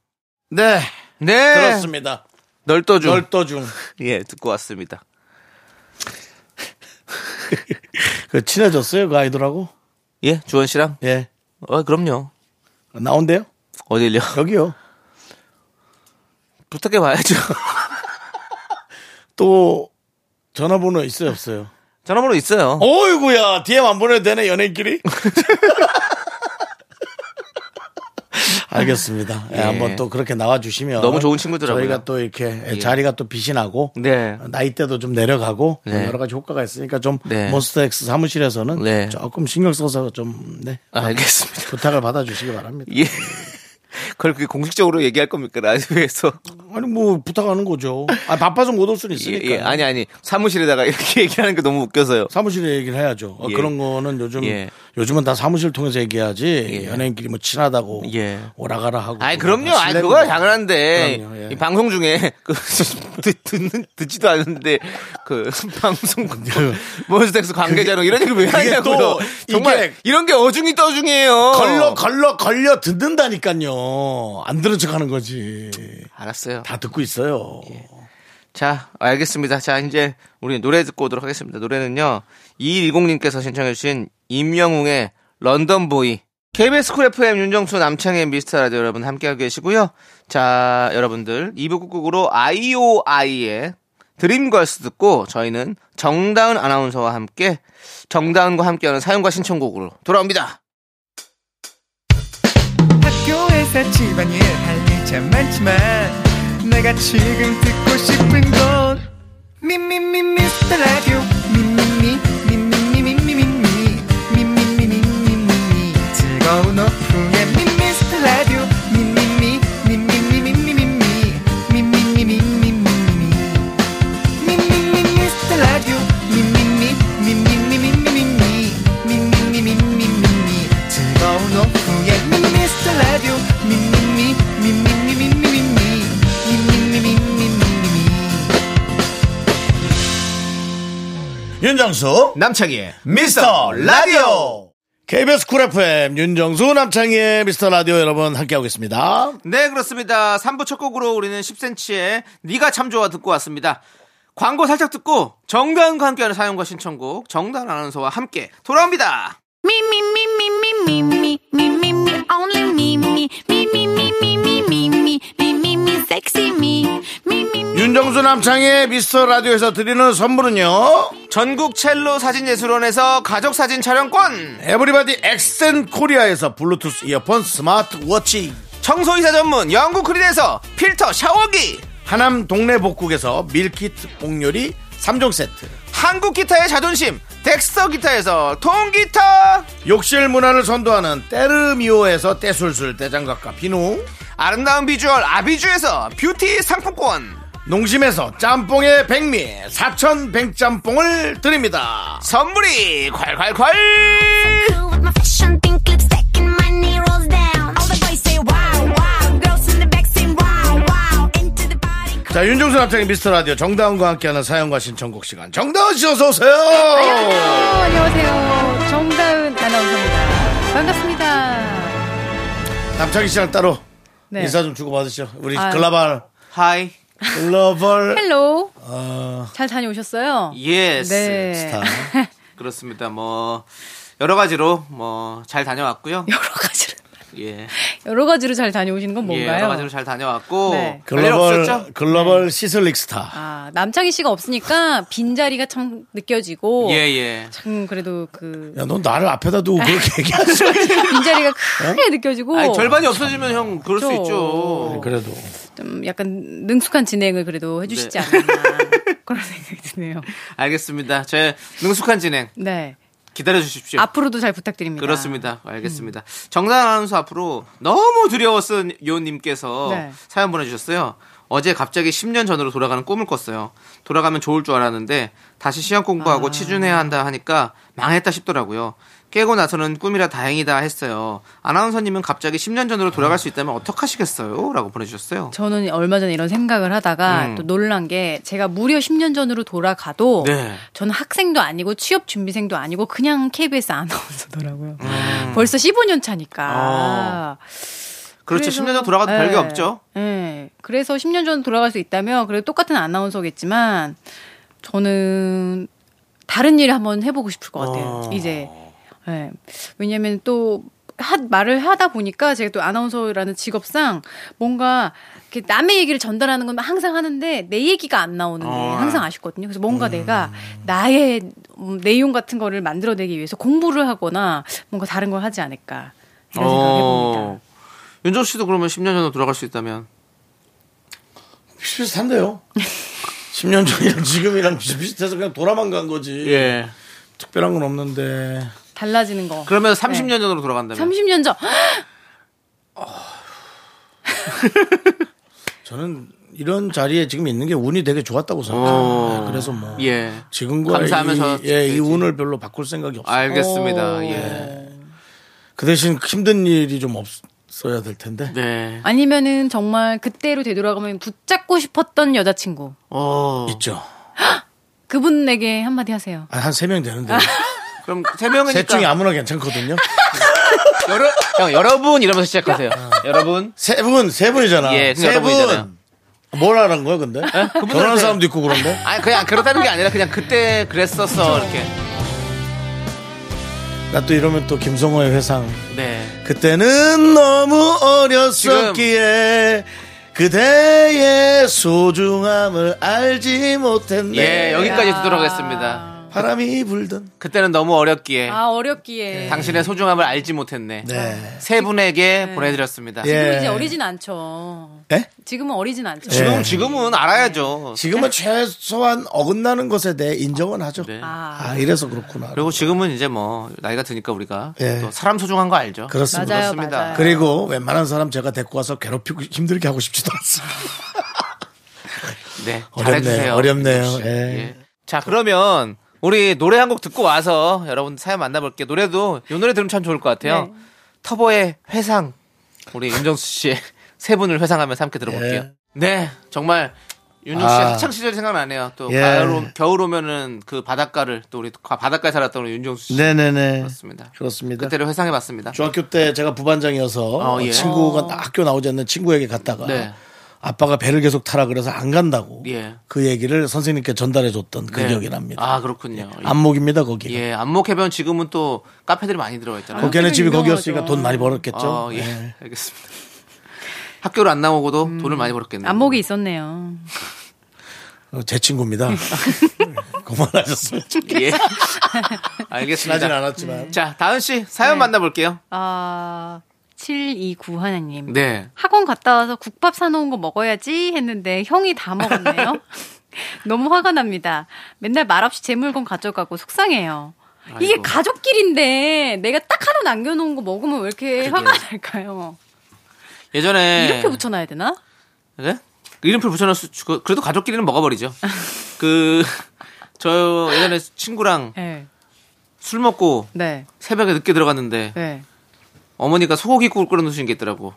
S1: 네.
S2: 네.
S1: 들었습니다.
S2: 널 떠중.
S1: 널또 중.
S2: 예, 듣고 왔습니다.
S1: 그 친해졌어요? 그 아이돌하고?
S2: 예, 주원 씨랑?
S1: 예.
S2: 어, 그럼요.
S1: 나온대요?
S2: 어딜요?
S1: 여기요.
S2: 부탁해 봐야죠.
S1: 또 전화번호 있어요? 없어요?
S2: 전화번호 있어요.
S1: 어이구야, DM 안 보내도 되네, 연예인끼리? 알겠습니다. 예,
S2: 예.
S1: 한번 또 그렇게 나와주시면.
S2: 너무 좋은 친구더라고요.
S1: 저희가 또 이렇게
S2: 예.
S1: 자리가 또 빛이 나고.
S2: 네.
S1: 나이대도 좀 내려가고.
S2: 네.
S1: 여러 가지 효과가 있으니까 좀.
S2: 네.
S1: 몬스타엑스 사무실에서는.
S2: 네.
S1: 조금 신경 써서 좀. 네.
S2: 알겠습니다.
S1: 부탁을 받아주시기 바랍니다.
S2: 예. 그걸 그게 공식적으로 얘기할 겁니까? 라디오에서.
S1: 아니, 뭐, 부탁하는 거죠. 아, 바빠서 못 올 수는
S2: 예,
S1: 있으니까.
S2: 예, 아니, 아니. 사무실에다가 이렇게 얘기하는 게 너무 웃겨서요.
S1: 사무실에 얘기를 해야죠. 어,
S2: 예.
S1: 그런 거는 요즘
S2: 예.
S1: 요즘은 다 사무실 통해서 얘기하지
S2: 예.
S1: 연예인끼리 뭐 친하다고
S2: 예.
S1: 오라가라 하고.
S2: 아이 그럼요.
S1: 다
S2: 아이
S1: 뭐 실례는
S2: 그거
S1: 거야.
S2: 당연한데
S1: 그럼요, 예.
S2: 이 방송 중에 그 듣, 듣는 듣지도 않는데 그 방송 몬스텍스 관계자랑 이런 얘기 왜 하냐고요.
S1: 또
S2: 정말
S1: 이게-
S2: 이런게 어중이 떠중이에요.
S1: 걸러 걸러 걸려 듣는다니까요. 안 들은 척하는 거지.
S2: 알았어요.
S1: 다 듣고 있어요.
S2: 예. 자, 알겠습니다. 자, 이제 우리 노래 듣고 오도록 하겠습니다. 노래는요. 2110님께서 신청해주신 임영웅의 런던보이. KBS 쿨 FM 윤정수 남창의 미스터 라디오 여러분 함께하고 계시고요. 자, 여러분들 2부 꾹꾹으로 IOI의 드림걸스 듣고 저희는 정다은 아나운서와 함께 정다은과 함께하는 사연과 신청곡으로 돌아옵니다.
S5: 학교에서 집안일 할 일 참 많지만 내가 지금 듣고 싶은 건 미미미 미스터 라디오 미미미 미미미 미미미 미미미 미미미 즐거운 오후에 미스터 라디오 미미미 미미미 미미미 미미미 미미미 미미미 미스터 라디오 미미미 미미미 미미미 미미미 미미미
S1: 윤정수
S2: 남창희의
S1: 미스터 라디오 KBS 쿨 FM 윤정수 남창희의 미스터 라디오 여러분 함께하고 있습니다
S2: 네 그렇습니다 3부 첫 곡으로 우리는 10cm의 네가 참 좋아 듣고 왔습니다 광고 살짝 듣고 정다은과 함께하는 사연과 신청곡 정다은 아나운서와 함께 돌아옵니다
S4: Me, me, me, me, me, me, me, me, me, me, only me, me, me, me, me, me, me, me, me, me, me, me, sexy me, me, me, me.
S1: 윤정수 남창희의 미스터 라디오에서 드리는 선물은요
S2: 전국 첼로 사진예술원에서 가족사진 촬영권
S1: 에브리바디 엑센 코리아에서 블루투스 이어폰 스마트워치
S2: 청소이사 전문 영국 크린에서 필터 샤워기
S1: 하남 동네 복국에서 밀키트 복요리 3종 세트
S2: 한국 기타의 자존심 덱스터 기타에서 통기타
S1: 욕실 문화를 선도하는 때르미오에서 때술술 때장갑과 비누
S2: 아름다운 비주얼 아비주에서 뷰티 상품권
S1: 농심에서 짬뽕의 백미 사천 백짬뽕을 드립니다
S2: 선물이 콸콸콸
S4: Cool with my fashion, pink lipstick, and my knee rolls down. All the boys say wow, wow. Girls in the back say wow, wow. Into the party.
S1: 자 윤종수 남창의 미스터라디오 정다운과 함께하는 사연과 신청곡 시간 정다운씨 어서오세요
S6: 안녕하세요. 어, 정다은 아나운서입니다. 반갑습니다.
S1: 남창희씨랑 따로
S6: 네.
S1: 인사 좀 주고받으시죠 우리
S6: 아유.
S1: 글라벌
S2: 하이
S1: 글로벌
S6: 헬로.
S1: 어,
S6: 잘 다녀오셨어요?
S2: 예스
S6: 네.
S1: 스타
S2: 그렇습니다 뭐 여러 가지로 뭐 잘 다녀왔고요
S6: 여러 가지로
S2: 예.
S6: 여러 가지로 잘 다녀오신 건
S2: 예,
S6: 뭔가요?
S2: 여러 가지로 잘 다녀왔고
S6: 네.
S2: 별일
S1: 글로벌
S2: 없었죠? 네.
S1: 글로벌 시슬릭 스타
S6: 아, 남창희 씨가 없으니까 빈자리가 참 느껴지고
S2: 예예
S6: 참 그래도 그
S1: 야 넌 나를 앞에다 두고 그렇게 얘기하지
S6: 빈자리가 크게 느껴지고
S2: 어? 아니 절반이 없어지면 형 그럴 수
S6: 그렇죠.
S2: 있죠
S1: 그래도
S6: 좀 약간 능숙한 진행을 그래도
S2: 네.
S6: 해주시지 않았나 그런 생각이 드네요.
S2: 알겠습니다 제 능숙한 진행
S6: 네.
S2: 기다려 주십시오
S6: 앞으로도 잘 부탁드립니다.
S2: 예.
S6: 음.
S2: 그렇습니다. 알겠습니다. 정단 아나운서 앞으로 너무 두려웠은 요님께서
S6: 네.
S2: 사연 보내주셨어요. 어제 갑자기 10년 전으로 돌아가는 꿈을 꿨어요. 돌아가면 좋을 줄 알았는데 다시 시험 공부하고
S6: 아.
S2: 치준해야 한다 하니까 망했다 싶더라고요. 깨고 나서는 꿈이라 다행이다 했어요. 아나운서님은 갑자기 10년 전으로 돌아갈 수 있다면 어떡하시겠어요? 라고 보내주셨어요.
S6: 저는 얼마 전에 이런 생각을 하다가
S2: 음.
S6: 또 놀란 게 제가 무려 10년 전으로 돌아가도
S2: 네.
S6: 저는 학생도 아니고 취업 준비생도 아니고 그냥 KBS 아나운서더라고요. 벌써 15년 차니까.
S2: 그렇죠. 10년 전 돌아가도 별게
S6: 네.
S2: 없죠.
S6: 네. 그래서 10년 전 돌아갈 수 있다면 그래도 똑같은 아나운서겠지만 저는 다른 일을 한번 해보고 싶을 것 같아요. 이제 네. 왜냐하면 또 하- 말을 하다 보니까 제가 또 아나운서라는 직업상 뭔가 이렇게 남의 얘기를 전달하는 건 항상 하는데 내 얘기가 안 나오는 게
S2: 어.
S6: 항상 아쉽거든요. 그래서 뭔가 내가 나의 음, 내용 같은 거를 만들어내기 위해서 공부를 하거나 뭔가 다른 걸 하지 않을까 이런
S2: 어.
S6: 생각을 해봅니다.
S2: 윤정 씨도 그러면 10년 전으로 돌아갈 수 있다면
S1: 비슷비슷한데요 10년 전이랑 지금이랑 비슷비슷해서 그냥 돌아만 간 거지
S2: 예.
S1: 특별한 건 없는데
S6: 달라지는 거. 네.
S2: 그러면 30년 전으로 돌아간다면
S6: 30년 전.
S1: 저는 이런 자리에 지금 있는 게 운이 되게 좋았다고 생각해요. 네,
S2: 어.
S1: 그래서 뭐
S2: 예.
S1: 지금과
S2: 감사하면서
S1: 이, 예, 이
S2: 되지.
S1: 운을 별로 바꿀 생각이 없어요.
S2: 알겠습니다.
S6: 오.
S2: 예.
S1: 그 대신 힘든 일이 좀 없어야 될 텐데.
S2: 네.
S6: 아니면은 정말 그때로 되돌아가면 붙잡고 싶었던 여자친구.
S2: 어.
S1: 있죠.
S6: 그분에게 한마디 하세요.
S1: 한 세 명 되는데.
S2: 아, 그럼 세 명이니까
S1: 셋 중에 아무나 괜찮거든요.
S2: 여러 형 여러분 이러면서 시작하세요. 어. 여러분.
S1: 세 분, 세 분이잖아.
S2: 예,
S1: 세
S2: 여러분이잖아요.
S1: 분. 뭘 하라는 거야, 근데? 결혼한
S2: 네.
S1: 사람도 있고 그런데?
S2: 아니 그냥 그렇다는 게 아니라 그냥 그때 그랬었어 이렇게.
S1: 나 또 이러면 또 김성호의 회상.
S2: 네.
S1: 그때는 너무 어렸었기에 그대의 소중함을 알지 못했네.
S2: 예 여기까지 듣도록 하겠습니다.
S1: 바람이 불던.
S2: 그때는 너무 어렵기에
S6: 아, 어렵기에.
S2: 당신의 소중함을 알지 네. 못했네.
S1: 네.
S2: 세 분에게 보내드렸습니다.
S1: 예.
S6: 아, 지금 이제 어리진 않죠.
S1: 예?
S6: 지금은 어리진 않죠.
S2: 지금 지금은 알아야죠.
S1: 지금은 최소한 어긋나는 것에 대해 인정은 하죠.
S2: 네.
S6: 아,
S1: 아, 이래서 그렇구나.
S2: 그리고 지금은 이제 뭐 나이가 드니까 우리가
S1: 예.
S2: 또 사람 소중한 거 알죠.
S1: 그렇습니다.
S6: 맞아요,
S2: 그렇습니다.
S6: 맞아요.
S1: 그리고 웬만한 사람 제가 데리고 와서 괴롭히고 힘들게 하고 싶지도 않습니다.
S6: 아.
S2: 네,
S1: 어렵네요.
S2: 잘해주세요.
S1: 어렵네요.
S2: 역시.
S1: 예.
S2: 자, 그러면 우리 노래 한 곡 듣고 와서 여러분 사연 만나볼게요. 노래도 이 노래 들으면 참 좋을 것 같아요.
S6: 네.
S2: 터보의 회상. 우리 윤정수 씨의 세 분을 회상하면서 함께 들어볼게요.
S1: 예.
S2: 네, 정말 윤정 씨
S1: 아.
S2: 학창 시절 생각나네요. 또
S1: 예.
S2: 가을 오- 겨울 오면은 그 바닷가를 또 우리 가- 바닷가에 살았던 우리 윤정수 씨
S1: 네네네.
S2: 그렇습니다.
S1: 그렇습니다.
S2: 그때를 회상해봤습니다.
S1: 중학교 때 제가 부반장이어서
S2: 어, 예.
S1: 친구가 딱 학교 나오지 않는 친구에게 갔다가
S2: 네.
S1: 아빠가 배를 계속 타라 그래서 안 간다고
S2: 예.
S1: 그 얘기를 선생님께 전달해 줬던 그
S2: 네.
S1: 기억이 납니다. 예.
S2: 아 그렇군요.
S1: 안목입니다 거기.
S2: 예, 안목 해변 지금은 또 카페들이 많이 들어가 있잖아요.
S1: 걔네 집이
S6: 유명하죠.
S1: 거기였으니까 돈 많이 벌었겠죠.
S2: 아, 예.
S1: 예.
S2: 알겠습니다. 학교를 안 나오고도
S1: 음.
S2: 돈을 많이 벌었겠네요.
S6: 안목이 있었네요.
S1: 어, 제 친구입니다. 그만하셨으면 좋-
S2: 예.
S1: 친하진
S2: 알겠습니다.
S1: 않았지만
S2: 자, 다은 씨 사연
S6: 네.
S2: 만나볼게요.
S6: 아, 729 하나님.
S2: 네.
S6: 학원 갔다 와서 국밥 사놓은 거 먹어야지 했는데 형이 다 먹었네요. 너무 화가 납니다. 맨날 말없이 제 물건 가져가고 속상해요. 이게
S2: 아이고.
S6: 가족끼리인데 내가 딱 하나 남겨놓은 거 먹으면 왜 이렇게
S2: 그러게요. 네.
S6: 화가 날까요?
S2: 예전에
S6: 이렇게 붙여놔야 되나?
S2: 네? 그 이름표 붙여놓을 수 그- 그래도 가족끼리는 먹어버리죠. 그 저 예전에 친구랑
S6: 네.
S2: 술 먹고
S6: 네.
S2: 새벽에 늦게 들어갔는데
S6: 네.
S2: 어머니가 소고기 국을 끓여 놓으신 게 있더라고.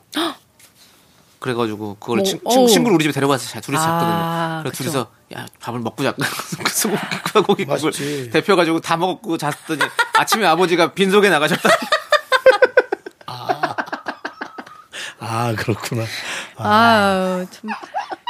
S2: 그래가지고 그걸
S6: 어,
S2: 친,
S6: 어우.
S2: 구를 우리 집에 데려가서 자- 둘이
S6: 아,
S2: 잤거든요. 그래서
S6: 그쵸.
S2: 둘이서 야 밥을 먹고 자. 그 소고기국과 고기국을
S1: 맛있지.
S2: 데펴가지고 다 먹고 잤더니 아침에 아버지가 빈속에 나가셨다.
S1: 아 그렇구나.
S6: 아유, 참.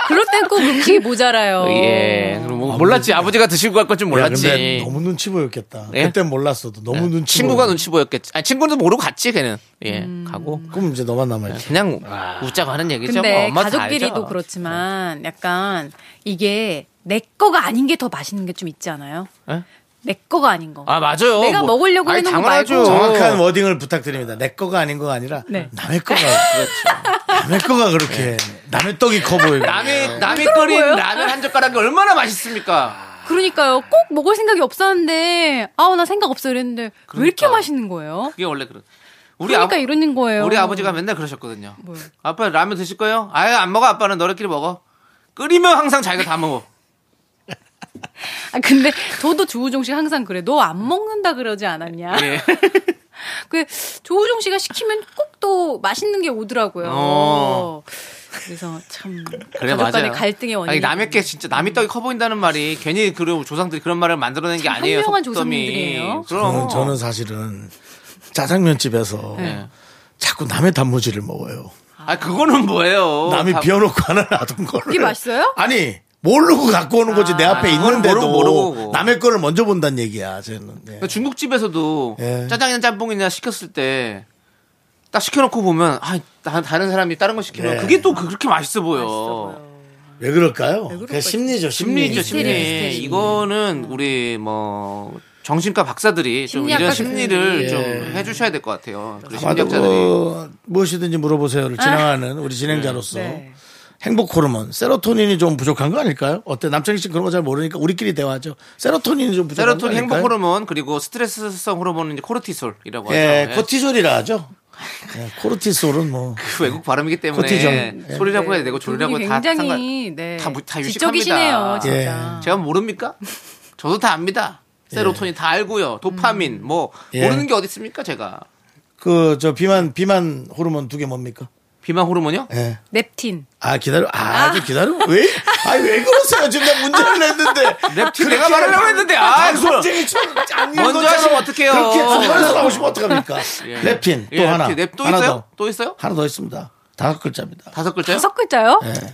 S6: 그럴 땐 꼭 음식이 모자라요.
S2: 예. 그럼 뭐 몰랐지. 아버지가 드시고 갈 건 좀
S1: 야,
S2: 몰랐지.
S1: 근데 너무 눈치 보였겠다.
S2: 예?
S1: 그땐 몰랐어도 너무 눈치.
S2: 친구가
S1: 보였-
S2: 눈치 보였겠지. 아니 친구는 모르고 갔지 걔는. 예. 가고
S1: 그럼 이제 너만 남아있지.
S2: 그냥 웃자고 하는 얘기죠. 뭐
S6: 음. 근데
S2: 엄마
S6: 가족끼리도 그렇지만 약간 이게 내 거가 아닌 게 더 맛있는 게 좀 있지 않아요?
S2: 예?
S6: 내 거가 아닌 거.
S2: 아 맞아요.
S6: 내가 먹으려고
S2: 아니,
S6: 해놓은 거
S2: 당연하죠.
S6: 말고.
S1: 정확한 워딩을 부탁드립니다. 내 거가 아닌 거가 아니라
S6: 네.
S1: 남의 거가 그렇죠. 남의 거가 그렇게
S2: 네.
S1: 남의 떡이 커 보이고
S2: 남이 남이 끓인 라면 한 젓가락이 얼마나 맛있습니까?
S6: 그러니까요. 꼭 먹을 생각이 없었는데 아우 나 생각 없어 이랬는데 왜 이렇게
S2: 그러니까.
S6: 맛있는 거예요?
S2: 그게 원래 그런. 우리
S6: 그러니까
S2: 아버
S6: 이러는 거예요.
S2: 우리 아버지가 맨날 그러셨거든요.
S6: 뭐요?
S2: 아빠 라면 드실 거예요? 아예 안 먹어. 아빠는 너네끼리 먹어. 끓이면 항상 자기가 다 먹어.
S6: 아, 근데 저도 조우종 씨가 항상 그래. 너 안 먹는다 그러지 않았냐?
S2: 예.
S6: 그 조우종 씨가 시키면 꼭 또 맛있는 게 오더라고요.
S2: 어.
S6: 그래서 참
S2: 그래
S6: 가족 간의
S2: 맞아요.
S6: 갈등의 원인.
S2: 아니 남의 게 진짜 남이 떡이 커 보인다는 말이 괜히 그 조상들이 그런 말을 만들어낸 게
S6: 참
S2: 아니에요.
S6: 현명한
S2: 속담이.
S6: 조상님들이에요.
S2: 그럼
S1: 저는, 저는 사실은 짜장면 집에서
S2: 네.
S1: 자꾸 남의 단무지를 먹어요.
S2: 아 그거는 뭐예요?
S1: 남이
S2: 어, 다-
S1: 비워놓고 하나 놔둔 거를.
S6: 그게 맛있어요?
S1: 아니 모르고 갖고 오는 거지 내 앞에
S2: 아, 그건
S1: 있는데도
S2: 모르고 모르고.
S1: 남의 거를 먼저 본다는 얘기야. 저는 예.
S2: 그러니까 중국집에서도
S1: 예.
S2: 짜장이나 짬뽕이나 시켰을 때 딱 시켜놓고 보면 아 다, 다른 사람이 다른 거 시키면
S1: 예.
S2: 그게 또 그- 그렇게 맛있어 보여.
S1: 왜 그럴까요? 그냥 심리죠, 심리.
S2: 심리죠 심리.
S6: 미스테리, 미스테리.
S2: 이거는 우리 뭐 정신과 박사들이 좀
S6: 심리학과
S2: 이런 심리를
S1: 교수님.
S2: 좀
S1: 예.
S2: 해주셔야 될 것 같아요. 그리고
S1: 아마도
S2: 심리학자들이 아.
S1: 뭐 무엇이든지 물어보세요를 진행하는 우리 진행자로서
S6: 네.
S1: 행복 호르몬 세로토닌이 좀 부족한 거 아닐까요? 어때 남창희 씨 그런 거 잘 모르니까 우리끼리 대화하죠. 세로토닌이 좀 부족한
S2: 세로토닌 행복
S1: 거 아닐까요?
S2: 호르몬 그리고 스트레스성 호르몬은 이제 코르티솔이라고 하죠.
S1: 예,
S2: 예.
S1: 코티졸이라 하죠. 예, 코르티솔은 뭐
S2: 그 외국 발음이기 때문에
S1: 코티졸. 예.
S2: 소리라고 해야 되고
S6: 두
S2: 졸이라고
S6: 분이
S2: 해도 다 상관.
S6: 네. 굉장히 네.
S2: 다 무- 다 유식합니다.
S6: 지적이시네요, 진짜.
S1: 예.
S2: 제가 모릅니까? 저도 다 압니다. 세로토닌 다 알고요. 도파민 뭐
S1: 예.
S2: 모르는 게 어디 있습니까? 제가
S1: 그 저 비만 비만 호르몬 두 개 뭡니까?
S2: 비만 호르몬이요?
S1: 예.
S6: 넵틴.
S1: 아 기다려. 아, 좀 기다려. 왜? 아니 왜 그러세요? 지금 내가 문제를 냈는데.
S2: 랩 아. 내가 말하려고 했는데 아 그걸-
S1: 솔직히 좀안
S2: 먼저 하시면 어떡해요?
S1: 그렇게 중간에서 나오시면 어떡합니까? 랩틴 또
S2: 예,
S1: 하나.
S2: 랩틴. 랩또
S1: 하나
S2: 있어요?
S1: 더.
S2: 또 있어요?
S1: 하나 더 있습니다. 다섯 글자입니다.
S2: 다섯 글자요?
S6: 다섯 글자요?
S2: 네.
S1: 예.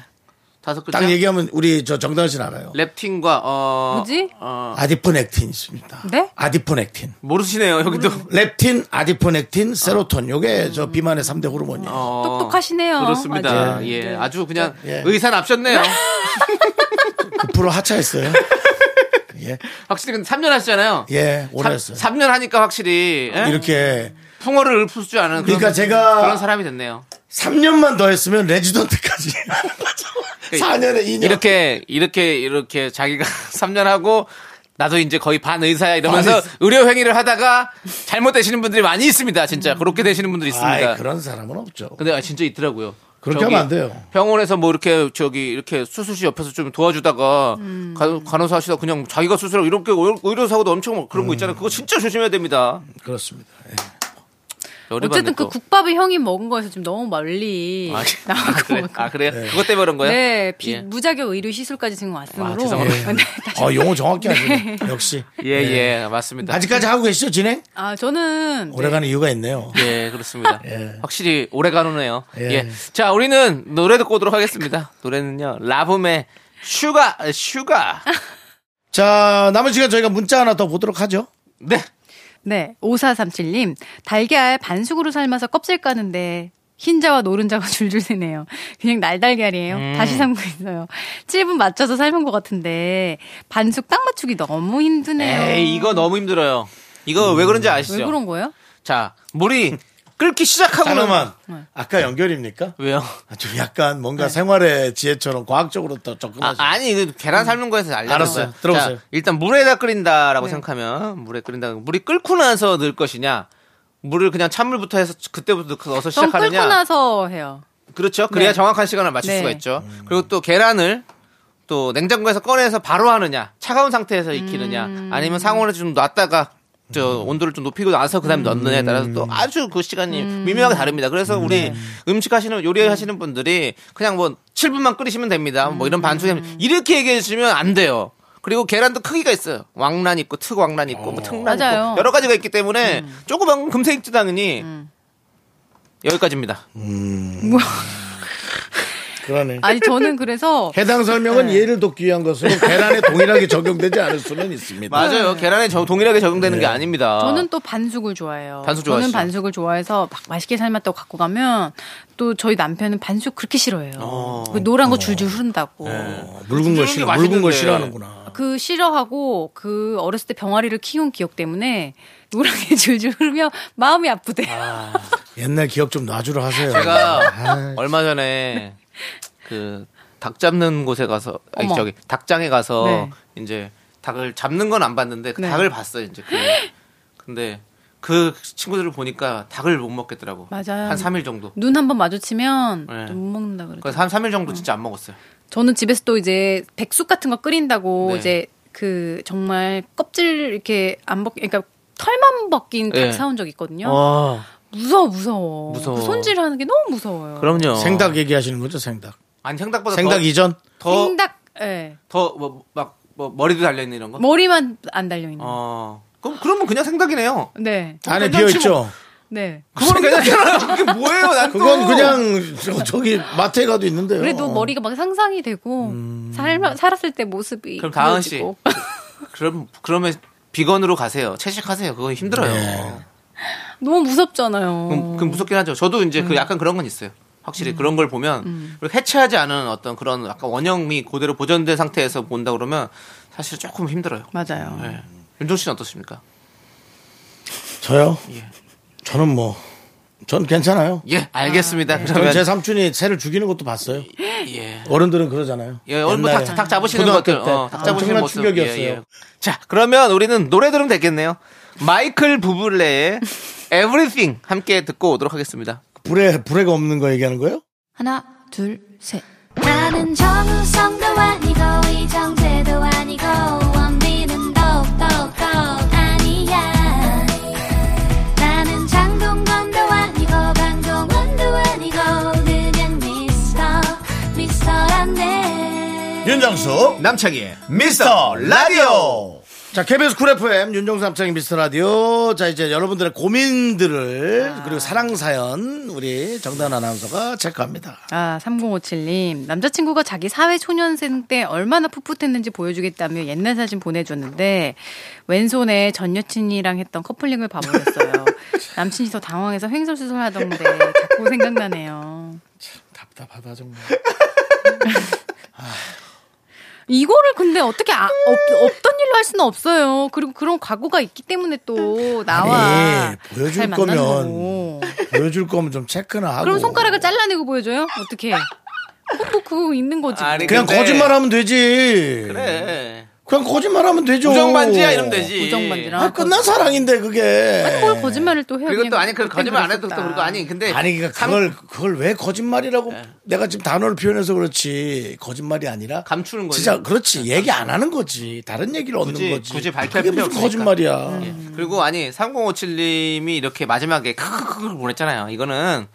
S2: 다섯 글자. 네.
S1: 딱 얘기하면 우리 저 정다은 씨는 알아요.
S2: 렙틴과 어
S6: 뭐지?
S2: 어
S1: 아디포넥틴 있습니다.
S6: 네?
S1: 아디포넥틴.
S2: 모르시네요 여기도.
S1: 렙틴, 아디포넥틴, 세로톤. 요게 저 비만의 3대 호르몬이에요.
S2: 어,
S6: 똑똑하시네요.
S2: 그렇습니다.
S1: 아주.
S2: 예,
S6: 네.
S2: 아주 그냥
S1: 예.
S2: 의사는 앞셨네요.
S1: 부풀어 그 하차했어요. 예.
S2: 확실히 근데 3년 하시잖아요.
S1: 예, 오래 했어요.
S2: 3년 하니까 확실히 예?
S1: 이렇게
S2: 풍어를 읊을 줄 아는 그런,
S1: 그러니까 제가-
S2: 그런 사람이 됐네요.
S1: 3년만 더 했으면 레지던트까지. 4년에 2년.
S2: 이렇게 이렇게 이렇게 자기가 3년 하고 나도 이제 거의 반 의사야 이러면서
S1: 반 의사.
S2: 의료 행위를 하다가 잘못되시는 분들이 많이 있습니다. 진짜 그렇게 되시는 분들이 있습니다.
S1: 아이, 그런 사람은 없죠.
S2: 근데 아, 진짜 있더라고요.
S1: 그렇게 하면 안 돼요.
S2: 병원에서 뭐 이렇게 저기 이렇게 수술실 옆에서 좀 도와주다가
S6: 음.
S2: 간, 간호사 하시다 그냥 자기가 수술하고 이렇게 의- 의료사고도 엄청 막 그런 거 있잖아요. 그거 진짜 조심해야 됩니다.
S1: 그렇습니다. 예.
S2: 열이
S6: 어쨌든
S2: 받네,
S6: 그
S2: 또.
S6: 국밥을 형이 먹은 거에서 지금 너무 멀리
S2: 아,
S6: 나오고
S2: 그래? 아 그래요? 그것 때문에 그런 거예요?
S6: 네, 비-
S2: 예.
S6: 무자격 의료 시술까지 지금 왔으므로.
S2: 아, 죄송합니다.
S6: 네, 다시-
S1: 어, 용어 정확히 하시네. 역시.
S2: 예, 예, 맞습니다.
S1: 아직까지 하고 계시죠, 진행?
S6: 아, 저는
S1: 오래가는 이유가 있네요.
S2: 예, 그렇습니다. 확실히 오래 가노네요.
S1: 예.
S2: 예. 자, 우리는 노래 듣고 오도록 하겠습니다. 노래는요, 라붐의 슈가, 슈가.
S1: 자, 남은 시간 저희가 문자 하나 더 보도록 하죠.
S2: 네.
S6: 네, 5437님. 달걀 반숙으로 삶아서 껍질 까는데 흰자와 노른자가 줄줄 새네요. 그냥 날달걀이에요.
S2: 음.
S6: 다시 삶고 있어요. 7분 맞춰서 삶은 것 같은데 반숙 딱 맞추기 너무 힘드네요.
S2: 에이, 이거 너무 힘들어요. 이거 왜 그런지 아시죠?
S6: 왜 그런 거예요?
S2: 자, 물이 끓기 시작하고는.
S1: 잠깐만. 아까 연결입니까?
S2: 왜요?
S1: 아, 좀 약간 뭔가 생활의 지혜처럼 과학적으로 더
S2: 아,
S1: 접근하시죠.
S2: 아니, 그 계란 삶는 거에서 알려요.
S1: 알았어요. 들어보세요.
S2: 일단 물에다 끓인다라고
S6: 네.
S2: 생각하면 물에 끓인다. 물이 끓고 나서 넣을 것이냐? 물을 그냥 찬물부터 해서 그때부터 넣어서
S6: 전 끓고
S2: 시작하느냐?
S6: 나서 해요.
S2: 그렇죠. 그래야
S6: 네.
S2: 정확한 시간을 맞출
S6: 네.
S2: 수가 있죠. 그리고 또 계란을 또 냉장고에서 꺼내서 바로 하느냐, 차가운 상태에서 익히느냐,
S6: 음.
S2: 아니면 상온에 좀 놨다가 저 온도를 좀 높이고 나서 그다음에 넣느냐에 따라서 또 아주 그 시간이
S6: 음.
S2: 미묘하게 다릅니다. 그래서 우리 음식 하시는 요리 하시는 분들이 그냥 뭐 7분만 끓이시면 됩니다. 뭐
S6: 음.
S2: 이런 반숙이 이렇게 얘기해 주시면 안 돼요. 그리고 계란도 크기가 있어요. 왕란 있고 특 왕란 있고 뭐 특란
S6: 맞아요. 음.
S2: 있고 여러 가지가 있기 때문에 조그만 건 금세 익지 당연히 여기까지입니다.
S1: 그러네.
S6: 아니 저는 그래서
S1: 해당 설명은
S6: 네.
S1: 예를 돕기 위한 것으로 계란에 동일하게 적용되지 않을 수는 있습니다.
S2: 맞아요. 계란에 저- 동일하게 적용되는 게 아닙니다.
S6: 네. 저는 또 반숙을 좋아해요.
S2: 반숙
S6: 저는
S2: 좋아하시죠?
S6: 반숙을 좋아해서 막 맛있게 삶았다고 갖고 가면 또 저희 남편은 반숙 그렇게 싫어해요. 그 노란 거 줄줄 흐른다고.
S2: 네.
S1: 어, 묽은 거 싫어. 묽은 거
S2: 맛있는데.
S1: 싫어하는구나.
S6: 그 싫어하고 그 어렸을 때 병아리를 키운 기억 때문에 노란 게 줄줄 흐르면 마음이 아프대요.
S1: 옛날 기억 좀 놔주러 하세요.
S2: 제가 얼마 전에 그 닭 잡는 곳에 가서 아니
S6: 네. 어머.
S2: 저기 닭장에 가서
S6: 네.
S2: 이제 닭을 잡는 건 안 봤는데 그
S6: 네.
S2: 닭을 봤어요. 이제 그 근데 그 친구들을 보니까 닭을 못 먹겠더라고.
S6: 맞아요.
S2: 한 3일 정도.
S6: 눈 한번 마주치면
S2: 네.
S6: 좀못 먹는다 그러죠.
S2: 그래서 한 3일 정도 진짜 안 먹었어요.
S6: 저는 집에서 또 이제 백숙 같은 거 끓인다고
S2: 네.
S6: 이제 그 정말 껍질 이렇게 안 벗, 그러니까 털만 벗긴 닭
S2: 네.
S6: 사온 적 있거든요. 어.
S2: 와,
S6: 무서워, 무서워.
S2: 무서워.
S6: 그 손질하는 게 너무 무서워요.
S2: 그럼요.
S1: 생닭 얘기하시는 거죠, 생닭.
S2: 아니 생닭보다
S1: 생닭 이전?
S2: 더더막
S6: 생닭, 예.
S2: 뭐, 막, 뭐 머리도 달려 있는 이런 거.
S6: 머리만 안 달려 있는.
S2: 어. 그럼 그러면 그냥 생닭이네요.
S6: 네,
S1: 안에
S2: 그럼
S1: 비어있죠?
S6: 네.
S2: 그거는 괜찮잖아요. 그게 뭐예요? 난 또.
S1: 그건 그냥 저- 저기 마트에 가도 있는데요.
S6: 그래도 머리가 막 상상이 되고 살 살았을 때
S2: 음.
S6: 모습이
S2: 그럼 다은 씨.
S6: 그려지고.
S2: 그럼 그러면 비건으로 가세요. 채식하세요. 그거 힘들어요.
S1: 네.
S6: 너무 무섭잖아요.
S2: 그럼, 그럼 무섭긴 하죠. 저도 이제 그 약간 그런 건 있어요. 확실히 그런 걸 보면 그리고 해체하지 않은 어떤 그런 약간 원형이 그대로 보존된 상태에서 본다 그러면 사실 조금 힘들어요.
S6: 맞아요.
S2: 네. 윤종 씨는 어떻습니까?
S1: 저요?
S6: 예.
S1: 저는 뭐, 전 괜찮아요.
S2: 예, 알겠습니다.
S1: 저는
S2: 그러면
S1: 제 삼촌이 새를 죽이는 것도 봤어요.
S2: 예.
S1: 어른들은 그러잖아요.
S2: 예, 오늘 뭐
S1: 옛날에.
S2: 닭, 닭 잡으시는
S1: 고등학교
S2: 것들,
S1: 때
S2: 어, 닭 잡으시는
S1: 엄청난
S2: 모습.
S1: 충격이었어요.
S2: 예, 예. 자, 그러면 우리는 노래 들으면 되겠네요. 마이클 부블레의 Everything 함께 듣고 오도록 하겠습니다.
S1: 불에, 불에가 없는 거 얘기하는 거예요?
S4: 하나, 둘, 셋.
S7: 나는 정우성도 아니고 이정재도 아니고 원빈은 더욱더 아니야 나는 장동건도 아니고 강동원도 아니고 그냥 미스터 미스터란데
S1: 윤정수,
S2: 남창희의
S1: 미스터 라디오! 자, KBS 쿨 FM, 윤정수 남창희 미스터 라디오. 자, 이제 여러분들의 고민들을, 그리고 사랑사연, 우리 정단 아나운서가 체크합니다.
S6: 아, 3057님. 남자친구가 자기 사회초년생 때 얼마나 풋풋했는지 보여주겠다며 옛날 사진 보내줬는데, 왼손에 전 여친이랑 했던 커플링을 봐버렸어요. 남친이 더 당황해서 횡설수설 하던데, 자꾸 생각나네요.
S1: 답답하다, 정말.
S6: 이거를 근데 어떻게, 아, 없, 없던 일로 할 수는 없어요. 그리고 그런 과거가 있기 때문에 또 나와.
S1: 아니, 예, 보여줄
S6: 잘 만나는
S1: 거면
S6: 거고.
S1: 보여줄 거면 좀 체크나 하고.
S6: 그럼 손가락을 잘라내고 보여줘요? 어떻게? 또 그거 있는 거지. 뭐.
S2: 아니,
S1: 그냥
S2: 네, 근데-
S1: 거짓말하면 되지.
S2: 그래.
S1: 그냥 거짓말하면 되죠.
S2: 우정 반지야 이러면 되지.
S6: 우정 반지랑.
S1: 아, 끝난 사랑인데
S6: 아니,
S1: 그게.
S6: 그걸 거짓말을 또 해요.
S2: 그리고
S6: 그냥
S2: 또 아니 그
S6: 그땐
S2: 거짓말 안 해도 또
S6: 그랬었다.
S2: 그러고 아니 근데
S1: 아니 그러니까
S2: 삼-
S1: 그걸 그걸 왜 거짓말이라고
S2: 네.
S1: 내가 지금 단어를 표현해서 그렇지 거짓말이 아니라
S2: 감추는 거지. 네,
S1: 진짜 그렇지 얘기 안 하는 거지 다른 얘기를 얻는
S2: 굳이-
S1: 거지
S2: 굳이 밝혀야
S1: 그게
S2: 필요
S1: 무슨
S2: 없으니까.
S1: 거짓말이야
S2: 예. 그리고 아니 3057님이 이렇게 마지막에 크크크크를 보냈잖아요. 이거는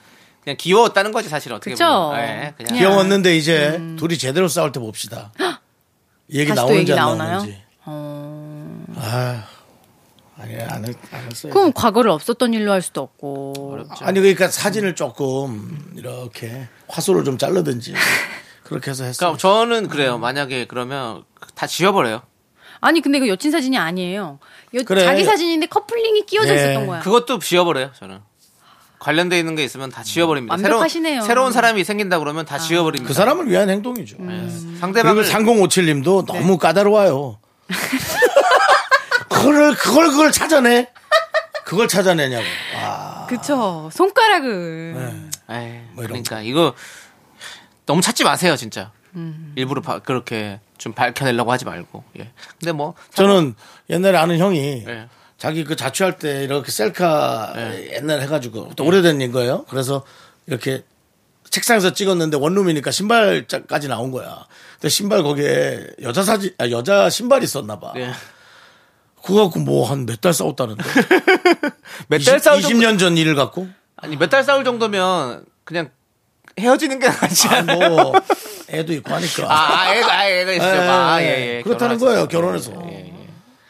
S2: 그냥 귀여웠다는 거지 사실 어떻게
S6: 그쵸?
S2: 보면. 예, 그냥
S1: 귀여웠는데 이제 둘이 제대로 싸울 때 봅시다 얘기
S6: 음. 다시 또
S1: 나오는지
S6: 얘기
S1: 안
S6: 나오나요? 어.
S1: 나오는지 아 아니야 안, 했- 안 했어요
S6: 그럼 과거를 없었던 일로 할 수도 없고.
S1: 아니 그러니까 사진을 조금 이렇게 화소를 좀 잘라든지 그렇게 해서 했어요
S2: 그러니까 저는 그래요. 만약에 그러면 다 지워버려요.
S6: 아니 근데 그 여친 사진이 아니에요. 여,
S1: 그래.
S6: 자기 사진인데 커플링이 끼워져
S1: 네.
S6: 있었던 거야.
S2: 그것도 지워버려요. 저는 관련돼 있는 게 있으면 다 지워버립니다.
S6: 음. 완벽하시네요. 아.
S2: 새로운, 새로운 사람이 생긴다 그러면 다 지워버립니다. 네.
S1: 그 사람을 위한 행동이죠
S2: 음.
S1: 그리고
S2: 상대방을 네.
S1: 3057님도 너무 까다로워요. 그걸 그걸 그걸 찾아내. 그걸 찾아내냐고.
S6: 그쵸. 손가락을.
S2: 네. 에이,
S1: 뭐 이런
S2: 그러니까 이거 너무 찾지 마세요 진짜.
S6: 음.
S2: 일부러 바- 그렇게 좀 밝혀내려고 하지 말고. 예. 근데 뭐
S1: 저는 옛날에 아는 형이
S2: 예.
S1: 자기 그 자취할 때 이렇게 셀카
S2: 네.
S1: 옛날 해가지고 또 오래된 거예요. 그래서 이렇게 책상에서 찍었는데 원룸이니까 신발까지 나온 거야. 근데 신발 거기에 여자 사진, 아, 여자 신발이 있었나 봐.
S2: 예.
S1: 그거 갖고 뭐 한 몇 달 싸웠다는데.
S2: 몇 달그 싸울 정도
S1: 20년 전 일을 갖고.
S2: 아니 몇 달 싸울 정도면 그냥 헤어지는 게 낫지
S1: 아,
S2: 않아요?
S1: 뭐 애도 있고 하니까.
S2: 아, 아, 애가, 아, 애가 있어요. 아,
S1: 예,
S2: 예, 예.
S1: 그렇다는
S2: 결혼하셨-
S1: 거예요, 결혼해서.
S6: 아,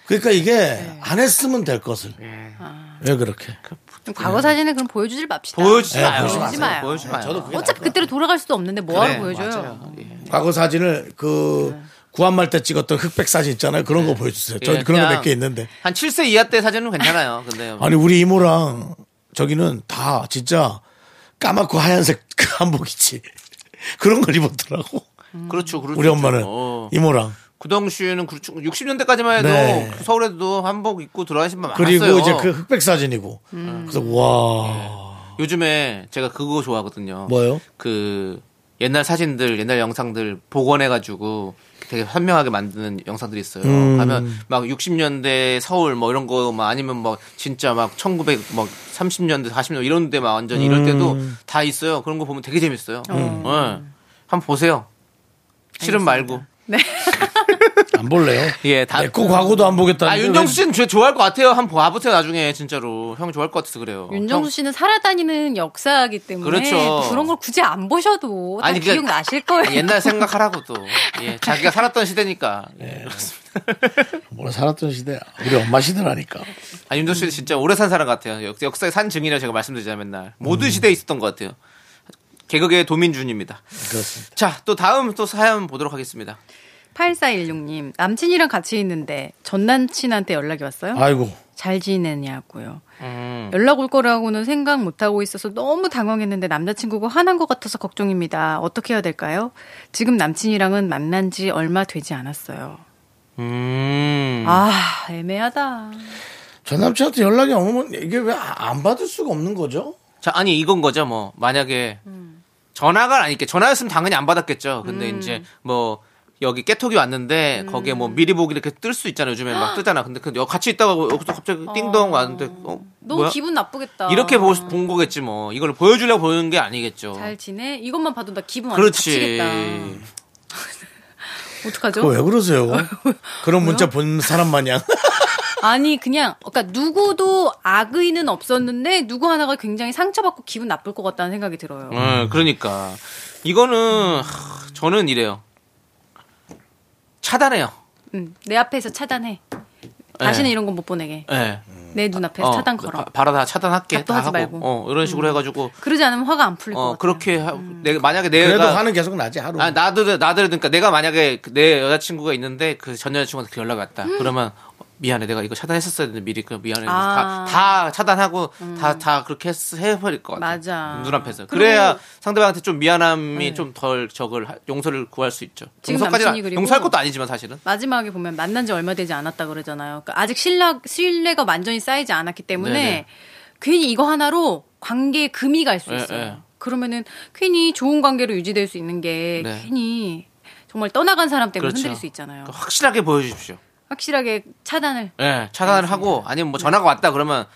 S1: 그러니까 이게
S6: 네.
S1: 안 했으면 될 것을.
S2: 예.
S6: 아.
S1: 왜 그렇게?
S6: 좀 과거 사진을 그럼 보여주질 맙시다.
S2: 보여주지
S1: 예,
S2: 마요.
S1: 보여주지
S6: 마세요. 마요.
S2: 보여주지 마요.
S1: 저도 그게
S6: 어차피 그때로 돌아갈 수도 없는데 뭐하러
S2: 네.
S6: 보여줘요?
S2: 맞아요. 예.
S1: 과거 사진을 그
S6: 네.
S1: 구한말 때 찍었던 흑백 사진 있잖아요. 그런 거 보여주세요. 저
S2: 예,
S1: 그런 거 몇
S2: 그냥
S1: 개 있는데.
S2: 한 7세 이하 때 사진은 괜찮아요. 근데 뭐
S1: 아니, 우리 이모랑 저기는 다 진짜 까맣고 하얀색 그 한복이지. 그런 걸 입었더라고.
S2: 그렇죠. 그렇죠.
S1: 음. 우리 엄마는
S2: 어.
S1: 이모랑.
S2: 구덩 씨는 60년대까지만 해도 그
S1: 네.
S2: 서울에도 한복 입고 들어가는 신발 많았어요.
S1: 그리고 이제 그 흑백 사진이고.
S6: 음.
S1: 그래서 와.
S2: 요즘에 제가 그거 좋아하거든요.
S1: 뭐요?
S2: 그 옛날 사진들, 옛날 영상들 복원해가지고 되게 선명하게 만드는 영상들이 있어요. 가면 막 60년대 서울 뭐 이런 거, 막 아니면 뭐 진짜 막 1900, 막 30년대, 40년 이런데 막 완전 이럴 때도 다 있어요. 그런 거 보면 되게 재밌어요.
S6: 음.
S2: 예. 한번 보세요. 싫음 말고.
S1: 안 볼래요?
S2: 예, 다.
S1: 내거 과거도 안 보겠다는.
S2: 아, 윤정수 씨는 제 좋아할 것 같아요. 한번 봐보세요, 나중에, 진짜로. 형 좋아할 것 같아서 그래요.
S6: 윤정수 씨는 살아다니는 역사이기 때문에
S2: 그렇죠.
S6: 그런 걸 굳이 안 보셔도 다
S2: 아니, 그러니까-
S6: 기억 나실 거예요.
S2: 형, 옛날 생각하라고 또. 예, 자기가 살았던 시대니까. 예.
S1: 뭘 살았던 시대 우리 엄마 시대라니까.
S2: 아, 윤정 씨 진짜 오래 산 사람 같아요. 역, 역사의 산 증인이라 제가 말씀드리자 맨날. 모든 시대에 있었던 것 같아요. 개그계의 도민준입니다.
S1: 그렇습니다.
S2: 자, 또 다음 또 사연 보도록 하겠습니다.
S6: 8416님, 남친이랑 같이 있는데 전 남친한테 연락이 왔어요?
S1: 아이고.
S6: 잘 지내냐고요. 음. 연락 올 거라고는 생각 못 하고 있어서 너무 당황했는데 남자친구가 화난 것 같아서 걱정입니다. 어떻게 해야 될까요? 지금 남친이랑은 만난 지 얼마 되지 않았어요.
S2: 음.
S6: 아, 애매하다.
S1: 전 남친한테 연락이 오면 이게 왜 안 받을 수가 없는 거죠?
S2: 자, 아니 이건 거죠. 뭐 만약에
S6: 음.
S2: 전화가 아니겠 전화였으면 당연히 안 받았겠죠. 근데 이제 뭐 여기 깨톡이 왔는데 거기에 뭐
S6: 음.
S2: 미리 보기 이렇게 뜰 수 있잖아요. 요즘에 막 뜨잖아. 근데 그 같이 있다가 여기서 갑자기 띵동 왔는데 어
S6: 너무
S2: 뭐야?
S6: 기분 나쁘겠다.
S2: 이렇게 보, 본 거겠지 뭐. 이걸 보여주려고 보는 게 아니겠죠.
S6: 잘 지내? 이것만 봐도 나 기분 완전
S2: 그렇지.
S6: 다치겠다. 어떡하죠?
S1: 그거 왜 그러세요? 그런 문자 본 사람마냥.
S6: 아니 그냥 그러니까 누구도 악의는 없었는데 누구 하나가 굉장히 상처받고 기분 나쁠 것 같다는 생각이 들어요.
S2: 어, 그러니까 이거는 하, 저는 이래요. 차단해요.
S6: 음, 내 앞에서 차단해. 다시는
S2: 예.
S6: 이런 건 못 보내게.
S2: 예.
S6: 내 눈앞에서
S2: 어,
S6: 차단 걸어.
S2: 바, 바로 다 차단할게.
S6: 답도
S2: 다
S6: 하지
S2: 하고.
S6: 말고.
S2: 어, 이런 식으로 해가지고
S6: 그러지 않으면 화가 안 풀릴
S2: 어
S6: 것 같아요. 음.
S2: 그렇게 하, 내가 만약에
S1: 그래도
S2: 내가
S1: 화는 계속 나지 하루.
S2: 아 나들 나들 그러니까 내가 만약에 그내 여자친구가 있는데 그 전 여자친구한테 그 연락 왔다
S6: 음.
S2: 그러면 어, 미안해 내가 이거 차단했었어야 되는데 미리 그 미안해
S6: 아.
S2: 다,
S6: 음.
S2: 다 차단하고 다 다 그렇게 했- 해버릴 것 같아
S6: 맞아.
S2: 눈앞에서
S6: 그리고- 네.
S2: 그래야 상대방한테 좀 미안함이 좀 덜 적을 하- 용서를 구할 수 있죠
S6: 지금
S2: 용서까지
S6: 남친이 그리고- 네.
S2: 용서할 것도 아니지만 사실은
S6: 마지막에 보면 만난 지 얼마 되지 않았다 그러잖아요. 그러니까 아직 신뢰, 신뢰가 완전히 쌓이지 않았기 때문에
S2: 네네.
S6: 괜히 이거 하나로 관계에 금이 갈 수
S2: 예,
S6: 있어요.
S2: 예.
S6: 그러면은 괜히 좋은 관계로 유지될 수 있는 게
S2: 네.
S6: 괜히 정말 떠나간 사람 때문에
S2: 그렇죠.
S6: 흔들릴 수 있잖아요.
S2: 그러니까 확실하게 보여주십시오.
S6: 확실하게 차단을
S2: 예, 차단을 하고 아니면
S6: 네.
S2: 뭐 전화가 왔다 그러면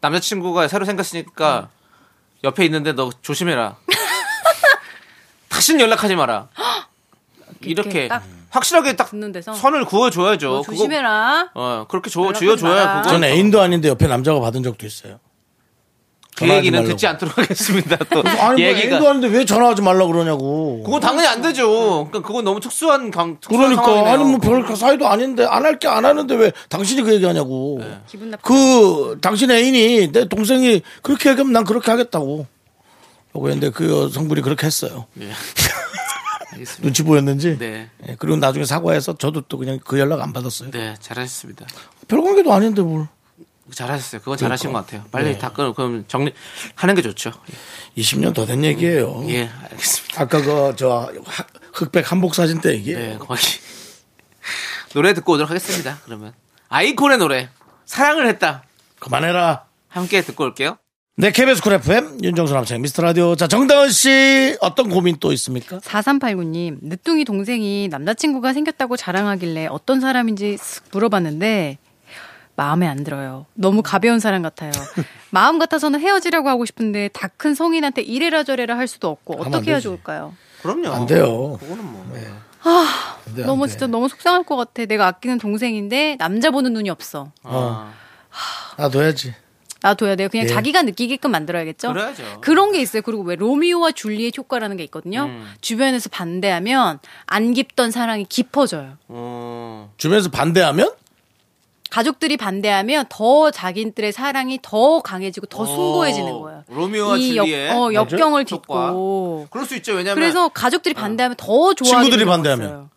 S2: 남자친구가 새로 생겼으니까
S6: 네.
S2: 옆에 있는데 너 조심해라. 다신 연락하지 마라. 이렇게
S6: 이렇게 딱
S2: 확실하게 딱
S6: 붙는 데서
S2: 선을 그어줘야죠.
S6: 너 조심해라.
S2: 그거, 어, 그렇게 줘,
S6: 연락하지
S2: 쥐어줘야
S6: 마라.
S2: 그거.
S1: 전 애인도 아닌데 옆에 남자가 받은 적도 있어요.
S2: 그
S1: 전화하지
S2: 얘기는
S1: 말라고.
S2: 듣지 않도록 하겠습니다. 또
S1: 아니 뭐
S2: 얘기가
S1: 애인도 아닌데 왜 전화하지 말라 그러냐고.
S2: 그건 당연히 안
S6: 어.
S2: 되죠. 그러니까 그건 너무 특수한 강 특수한
S1: 그러니까
S2: 상황이네요.
S1: 아니 뭐별 사이도 아닌데 안 할 게 안 하는데 왜 당신이 그 얘기하냐고.
S2: 네.
S6: 기분 나쁘.
S1: 그 당신 애인이 내 동생이 그렇게 얘기하면 난 그렇게 하겠다고. 라고 했는데 그 성분이 그렇게 했어요.
S2: 예. 알겠습니다.
S1: 눈치 보였는지.
S2: 네.
S1: 예, 그리고 나중에 사과해서 저도 또 그냥 그 연락 안 받았어요.
S2: 네, 잘하셨습니다.
S1: 별 관계도 아닌데 뭘.
S2: 잘하셨어요. 그건 잘하신 것 같아요. 빨리 다 끊, 그럼 정리하는 게 좋죠.
S1: 20년 더 된 얘기예요.
S2: 예, 예, 알겠습니다.
S1: 아까 그 저 흑백 한복 사진 때 얘기예요.
S2: 네, 거의 노래 듣고 오도록 하겠습니다. 그러면 아이콘의 노래 사랑을 했다
S1: 그만해라.
S2: 함께 듣고 올게요.
S1: 네, KBS 쿨 FM 윤정수 남창 미스터 라디오. 자, 정다은 씨 어떤 고민 또 있습니까?
S6: 4389님, 늦둥이 동생이 남자친구가 생겼다고 자랑하길래 어떤 사람인지 쓱 물어봤는데, 마음에 안 들어요. 너무 가벼운 사람 같아요. 마음 같아서는 헤어지라고 하고 싶은데, 다 큰 성인한테 이래라 저래라 할 수도 없고,
S1: 안
S6: 어떻게 해야
S1: 되지.
S6: 좋을까요?
S2: 그럼요.
S1: 안 돼요.
S2: 어, 그거는 뭐
S1: 네,
S2: 네,
S1: 안 돼, 안
S6: 너무
S1: 돼.
S6: 진짜 너무 속상할 것 같아. 내가 아끼는 동생인데, 남자 보는 눈이 없어.
S2: 아,
S1: 어. 놔둬야지.
S6: 놔둬야 돼요. 그냥
S1: 예.
S6: 자기가 느끼게끔 만들어야겠죠.
S2: 그래야죠.
S6: 런게 있어요. 그리고 왜 로미오와 줄리엣 효과라는 게 있거든요. 주변에서 반대하면 안 깊던 사랑이 깊어져요.
S2: 어,
S1: 주변에서 반대하면
S6: 가족들이 반대하면 더 자기들의 사랑이 더 강해지고 더
S2: 어,
S6: 순고해지는 거예요.
S2: 로미오와
S6: 이 역-
S2: 줄리엣. 네.
S6: 어, 역경을
S2: 맞아요.
S6: 딛고.
S2: 그럴 수 있죠. 왜냐면 어.
S6: 그래서 가족들이 반대하면 더 좋아.
S1: 친구들이 반대하면?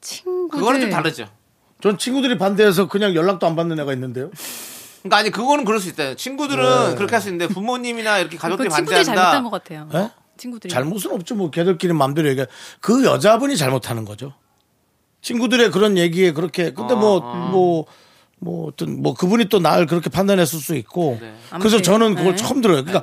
S6: 친구들.
S2: 그거는 좀 다르죠.
S1: 전 친구들이 반대해서 그냥 연락도 안 받는 애가 있는데요.
S2: 그러니까 아니 그거는 그럴 수 있다. 친구들은 그렇게 할 수 있는데 부모님이나 이렇게
S6: 그
S2: 가족들이
S6: 친구들이 잘못한 것
S2: 반대한다.
S1: 예?
S6: 같아요. 친구들이.
S1: 잘못은 없죠. 뭐 걔들끼리 마음대로 얘기. 그 여자분이 잘못하는 거죠. 친구들의 그런 얘기에 그렇게 근데 뭐 뭐 뭐 어떤 뭐 그분이 또 날 그렇게 판단했을 수 있고 그래서
S6: 아무튼,
S1: 저는 그걸
S6: 네.
S1: 처음 들어요. 그러니까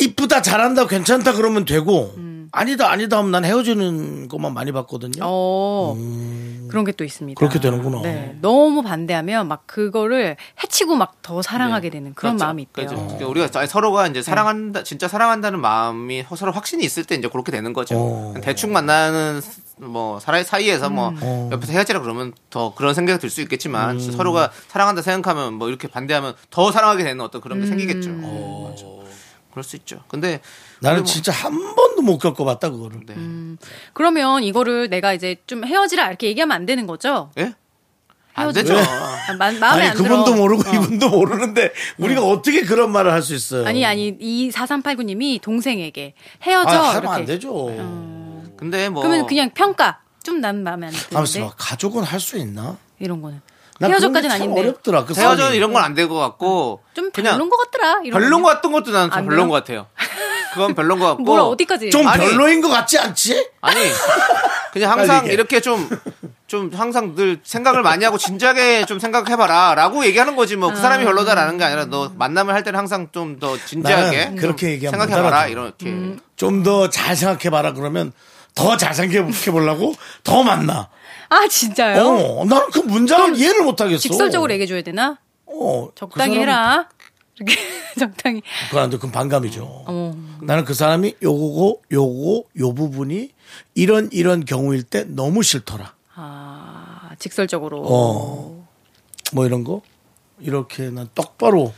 S1: 이쁘다 잘한다 괜찮다 그러면 되고 아니다 아니다 하면 난 헤어지는 것만 많이 봤거든요.
S6: 음. 어, 그런 게 또
S1: 음.
S6: 있습니다.
S1: 그렇게 되는구나.
S6: 네. 너무 반대하면 막 그거를 해치고 막 더 사랑하게 되는 그런
S2: 그렇죠.
S6: 마음이 있대요. 네.
S2: 그러니까 이제 우리가 자- 서로가 이제 사랑한다, 진짜 사랑한다는 마음이 허- 서로 확신이 있을 때 이제 그렇게 되는 거죠.
S1: 어.
S2: 대충 만나는 스- 뭐 사이 사이에서 뭐
S6: 음.
S2: 옆에서 헤어지라 그러면 더 그런 생각이 들 수 있겠지만 진짜 서로가 사랑한다 생각하면 뭐 이렇게 반대하면 더 사랑하게 되는 어떤 그런 게
S6: 음.
S2: 생기겠죠. 맞아. 그럴 수 있죠. 근데
S1: 나는
S2: 근데 뭐-
S1: 진짜 한 번도 못 겪어봤다 그거를.
S2: 네.
S6: 음. 그러면 이거를 내가 이제 좀 헤어지라 이렇게 얘기하면 안 되는 거죠?
S2: 예? 안
S6: 헤어져.
S2: 되죠.
S6: 아, 마, 마음에
S1: 아니
S6: 안 들어. 음.
S1: 그분도 모르고 이분도 모르는데 우리가 어떻게 그런 말을 할 수 있어요?
S6: 아니 아니 이 4389님이 동생에게
S1: 아,
S6: 헤어져
S1: 하면
S6: 이렇게. 음.
S1: 안 되죠.
S2: 근데 뭐
S6: 그러면 그냥 평가 좀 난 마음에 안
S1: 아무튼
S6: 드는데
S1: 막 가족은 할 수 있나?
S6: 이런 거는
S1: 난
S6: 헤어져까지는
S1: 그런 게참
S6: 아닌데
S1: 어렵더라. 그
S2: 헤어져
S1: 싸움이.
S2: 이런 건 안 될 것 같고
S6: 음. 좀
S2: 그냥
S6: 별론 것 같더라. 이런
S2: 별론
S6: 거.
S2: 것 같던 것도 나는 좀
S6: 안
S2: 별론
S6: 그래요?
S2: 것 같아요. 그건 별론 것 같고
S6: 뭐라 어디까지?
S1: 좀
S2: 아니.
S1: 별로인 것 같지 않지?
S2: 아니 그냥 항상
S1: 빨리 얘기해.
S2: 이렇게 좀 좀 항상 늘 생각을 많이 하고 진지하게 좀 생각해봐라라고 얘기하는 거지 뭐 그
S6: 음.
S2: 사람이 별로다라는 게 아니라 너 만남을 할 때는 항상 좀 더 진지하게
S1: 나는 그렇게
S6: 음.
S2: 좀
S1: 얘기하면 못
S2: 생각해봐라
S1: 알아들어.
S2: 이렇게
S1: 좀 더 잘 생각해봐라 그러면 더 잘 생각해보려고 더 만나.
S6: 아 진짜요?
S1: 어, 나는 그 문장을 이해를 못하겠어.
S6: 직설적으로 얘기해 줘야 되나?
S1: 어,
S6: 적당히
S1: 그 사람은-
S6: 해라. 이렇게 적당히.
S1: 그건 안 돼. 그건 반감이죠.
S6: 어머.
S1: 나는 그 사람이 요거, 요거, 요 부분이 이런, 이런 경우일 때 너무 싫더라.
S6: 아 직설적으로.
S1: 어. 뭐 이런 거? 이렇게 난 똑바로.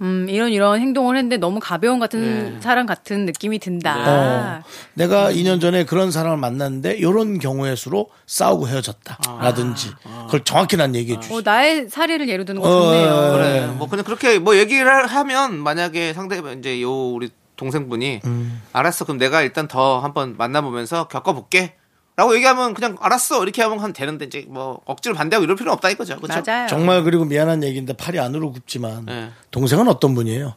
S6: 음 이런 이런 행동을 했는데 너무 가벼운 같은
S1: 네.
S6: 사람 같은 느낌이 든다.
S1: 어, 내가 2년 전에 그런 사람을 만났는데 요런 경우의 수로 싸우고 헤어졌다. 라든지.
S6: 아.
S1: 그걸 정확히 난 얘기해 주지.
S6: 어, 나의 사례를 예로 드는 거
S1: 네. 어,
S6: 좋네요.
S1: 어, 어, 어.
S2: 그래 뭐 그냥 그렇게 뭐 얘기를 하면 만약에 상대방 이제 요 우리 동생분이
S1: 음.
S2: 알았어 그럼 내가 일단 더 한번 만나보면서 겪어볼게. 라고 얘기하면 그냥 알았어 이렇게 하면 하면 되는데 이제 뭐 억지로 반대하고 이럴 필요는 없다 이거죠 그렇죠
S6: 맞아요.
S1: 정말 그리고 미안한 얘기인데 팔이 안으로 굽지만
S2: 네.
S1: 동생은 어떤 분이에요?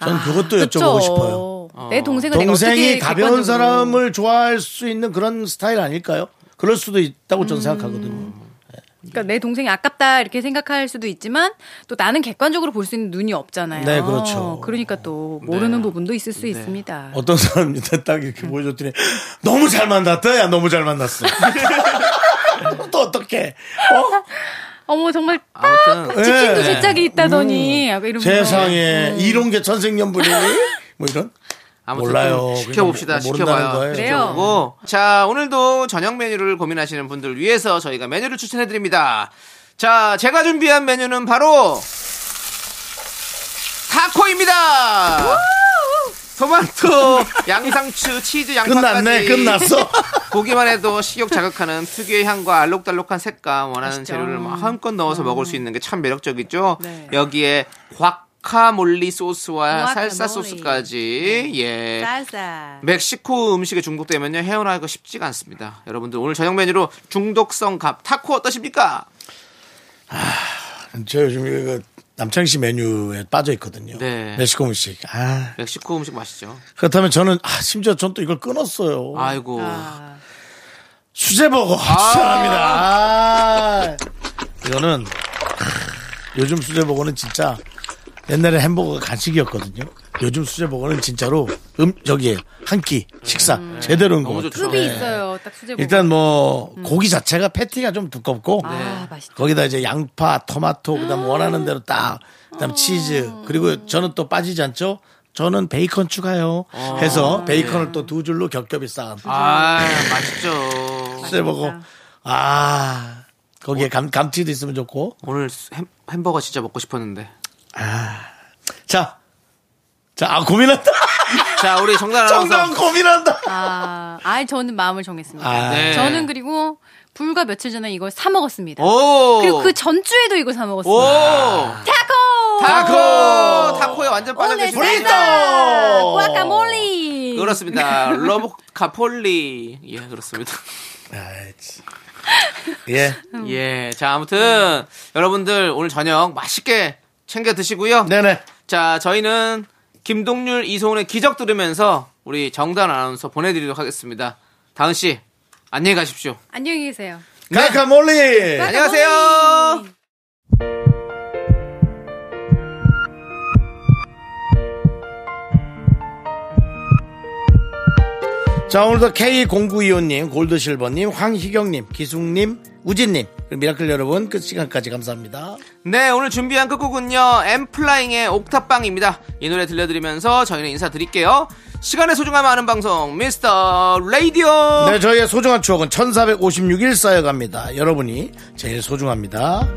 S1: 저는 그것도
S6: 아, 그쵸.
S1: 여쭤보고 싶어요.
S6: 내 동생을 내가
S1: 동생이
S6: 어떻게
S1: 가벼운
S6: 객관적으로- 음.
S1: 사람을 좋아할 수 있는 그런 스타일 아닐까요? 그럴 수도 있다고 저는 생각하거든요.
S6: 그러니까 내 동생이 아깝다 이렇게 생각할 수도 있지만 또 나는 객관적으로 볼 수 있는 눈이 없잖아요.
S1: 네, 그렇죠.
S6: 그러니까 또
S2: 네.
S6: 모르는 부분도 있을 수 있습니다.
S1: 어떤 사람한테 딱
S6: 음.
S1: 이렇게 보여줬더니 너무 잘 만났다. 야, 너무 잘 만났어. 또 어떻게?
S6: 어머 정말
S2: 아무튼
S6: 직진도
S1: 예.
S6: 제짝이
S2: 음.
S6: 있다더니 약간 이러면서.
S1: 세상에 이런 게 천생연분이 뭐 이런
S2: 아무튼
S1: 몰라요.
S2: 좀 지켜봅시다.
S1: 그냥 모른다는
S2: 지켜봐요.
S1: 거예요.
S6: 그래요?
S2: 고 자, 오늘도 저녁 메뉴를 고민하시는 분들 위해서 저희가 메뉴를 추천해 드립니다. 자, 제가 준비한 메뉴는 바로 타코입니다. 토마토, 양상추, 치즈, 양파까지
S1: 끝났네. 끝났어.
S2: 보기만 해도 식욕 자극하는 특유의 향과 알록달록한 색감 원하는
S6: 맛있죠.
S2: 재료를 마음껏 넣어서 먹을 수 있는 게 참 매력적이죠.
S6: 네.
S2: 여기에 과카몰리 소스와 살사
S6: 과카몰리. 네.
S2: 소스까지 예
S6: 싸싸.
S2: 멕시코 음식에 중독되면요 헤어나기가 쉽지가 않습니다. 여러분들 오늘 저녁 메뉴로 중독성 갑 타코 어떠십니까?
S1: 저 요즘 그 남창 씨 메뉴에 빠져 있거든요.
S2: 네.
S1: 멕시코 음식. 아.
S2: 멕시코 음식 맛있죠.
S1: 그렇다면 저는 아, 심지어 전 또 이걸 끊었어요.
S2: 아이고
S1: 수제버거 추천합니다. 아. 이거는 요즘 수제버거는 진짜 옛날에 햄버거가 간식이었거든요. 요즘 수제버거는 진짜로 음 저기 한 끼 식사 제대로인 거
S2: 음. 너무
S1: 같아요.
S2: 좋죠.
S6: 급이 있어요. 딱 수제.
S1: 네. 일단 뭐 고기 자체가 패티가 좀 두껍고
S2: 네.
S6: 아 맛있다.
S1: 거기다 이제 양파, 토마토, 그다음 원하는 대로 딱, 그다음 치즈. 그리고 저는 또 빠지지 않죠. 저는 베이컨 추가요. 해서 베이컨을 또 두 줄로 겹겹이 아, 예. 쌓아.
S2: 아 맛있죠.
S1: 쎄 먹어. 아 거기에 감 감튀도 있으면 좋고.
S2: 오늘 햄, 햄버거 진짜 먹고 싶었는데.
S1: 자, 자, 아 고민한다.
S2: 자 우리 정답
S1: 정답
S2: 아나운서
S1: 고민한다.
S6: 아, 아 저는 마음을 정했습니다.
S1: 아,
S2: 네.
S6: 저는 그리고 불과 며칠 전에 이걸 사 먹었습니다.
S2: 오
S6: 그리고 그 전주에도 이걸 사 먹었어요.
S2: 어. 오
S6: 타코!
S2: 타코 타코에 완전 빠져
S6: 오늘
S2: 계시네.
S6: 살사! 과카몰리!
S2: 그렇습니다. 러브 카폴리 예 그렇습니다.
S1: 아이, 참. 예,
S6: 음.
S2: 예 자 아무튼 여러분들 오늘 저녁 맛있게 챙겨 드시고요.
S1: 네네.
S2: 자, 저희는 김동률 이소은의 기적 들으면서 우리 정단 아나운서 보내드리도록 하겠습니다. 다은 씨, 안녕히 가십시오.
S6: 안녕히 계세요.
S1: 네. 가카몰리.
S6: 아,
S2: 안녕하세요.
S1: 자, 오늘도 K0925님, 골드실버님, 황희경님, 기숙님, 우진님, 그리고 미라클 여러분, 끝 시간까지 감사합니다.
S2: 네, 오늘 준비한 끝곡은요. 엠플라잉의 옥탑방입니다. 이 노래 들려드리면서 저희는 인사드릴게요. 시간의 소중함 아는 방송 미스터 라디오.
S1: 네, 저희의 소중한 추억은 1456일 쌓여갑니다. 여러분이 제일 소중합니다.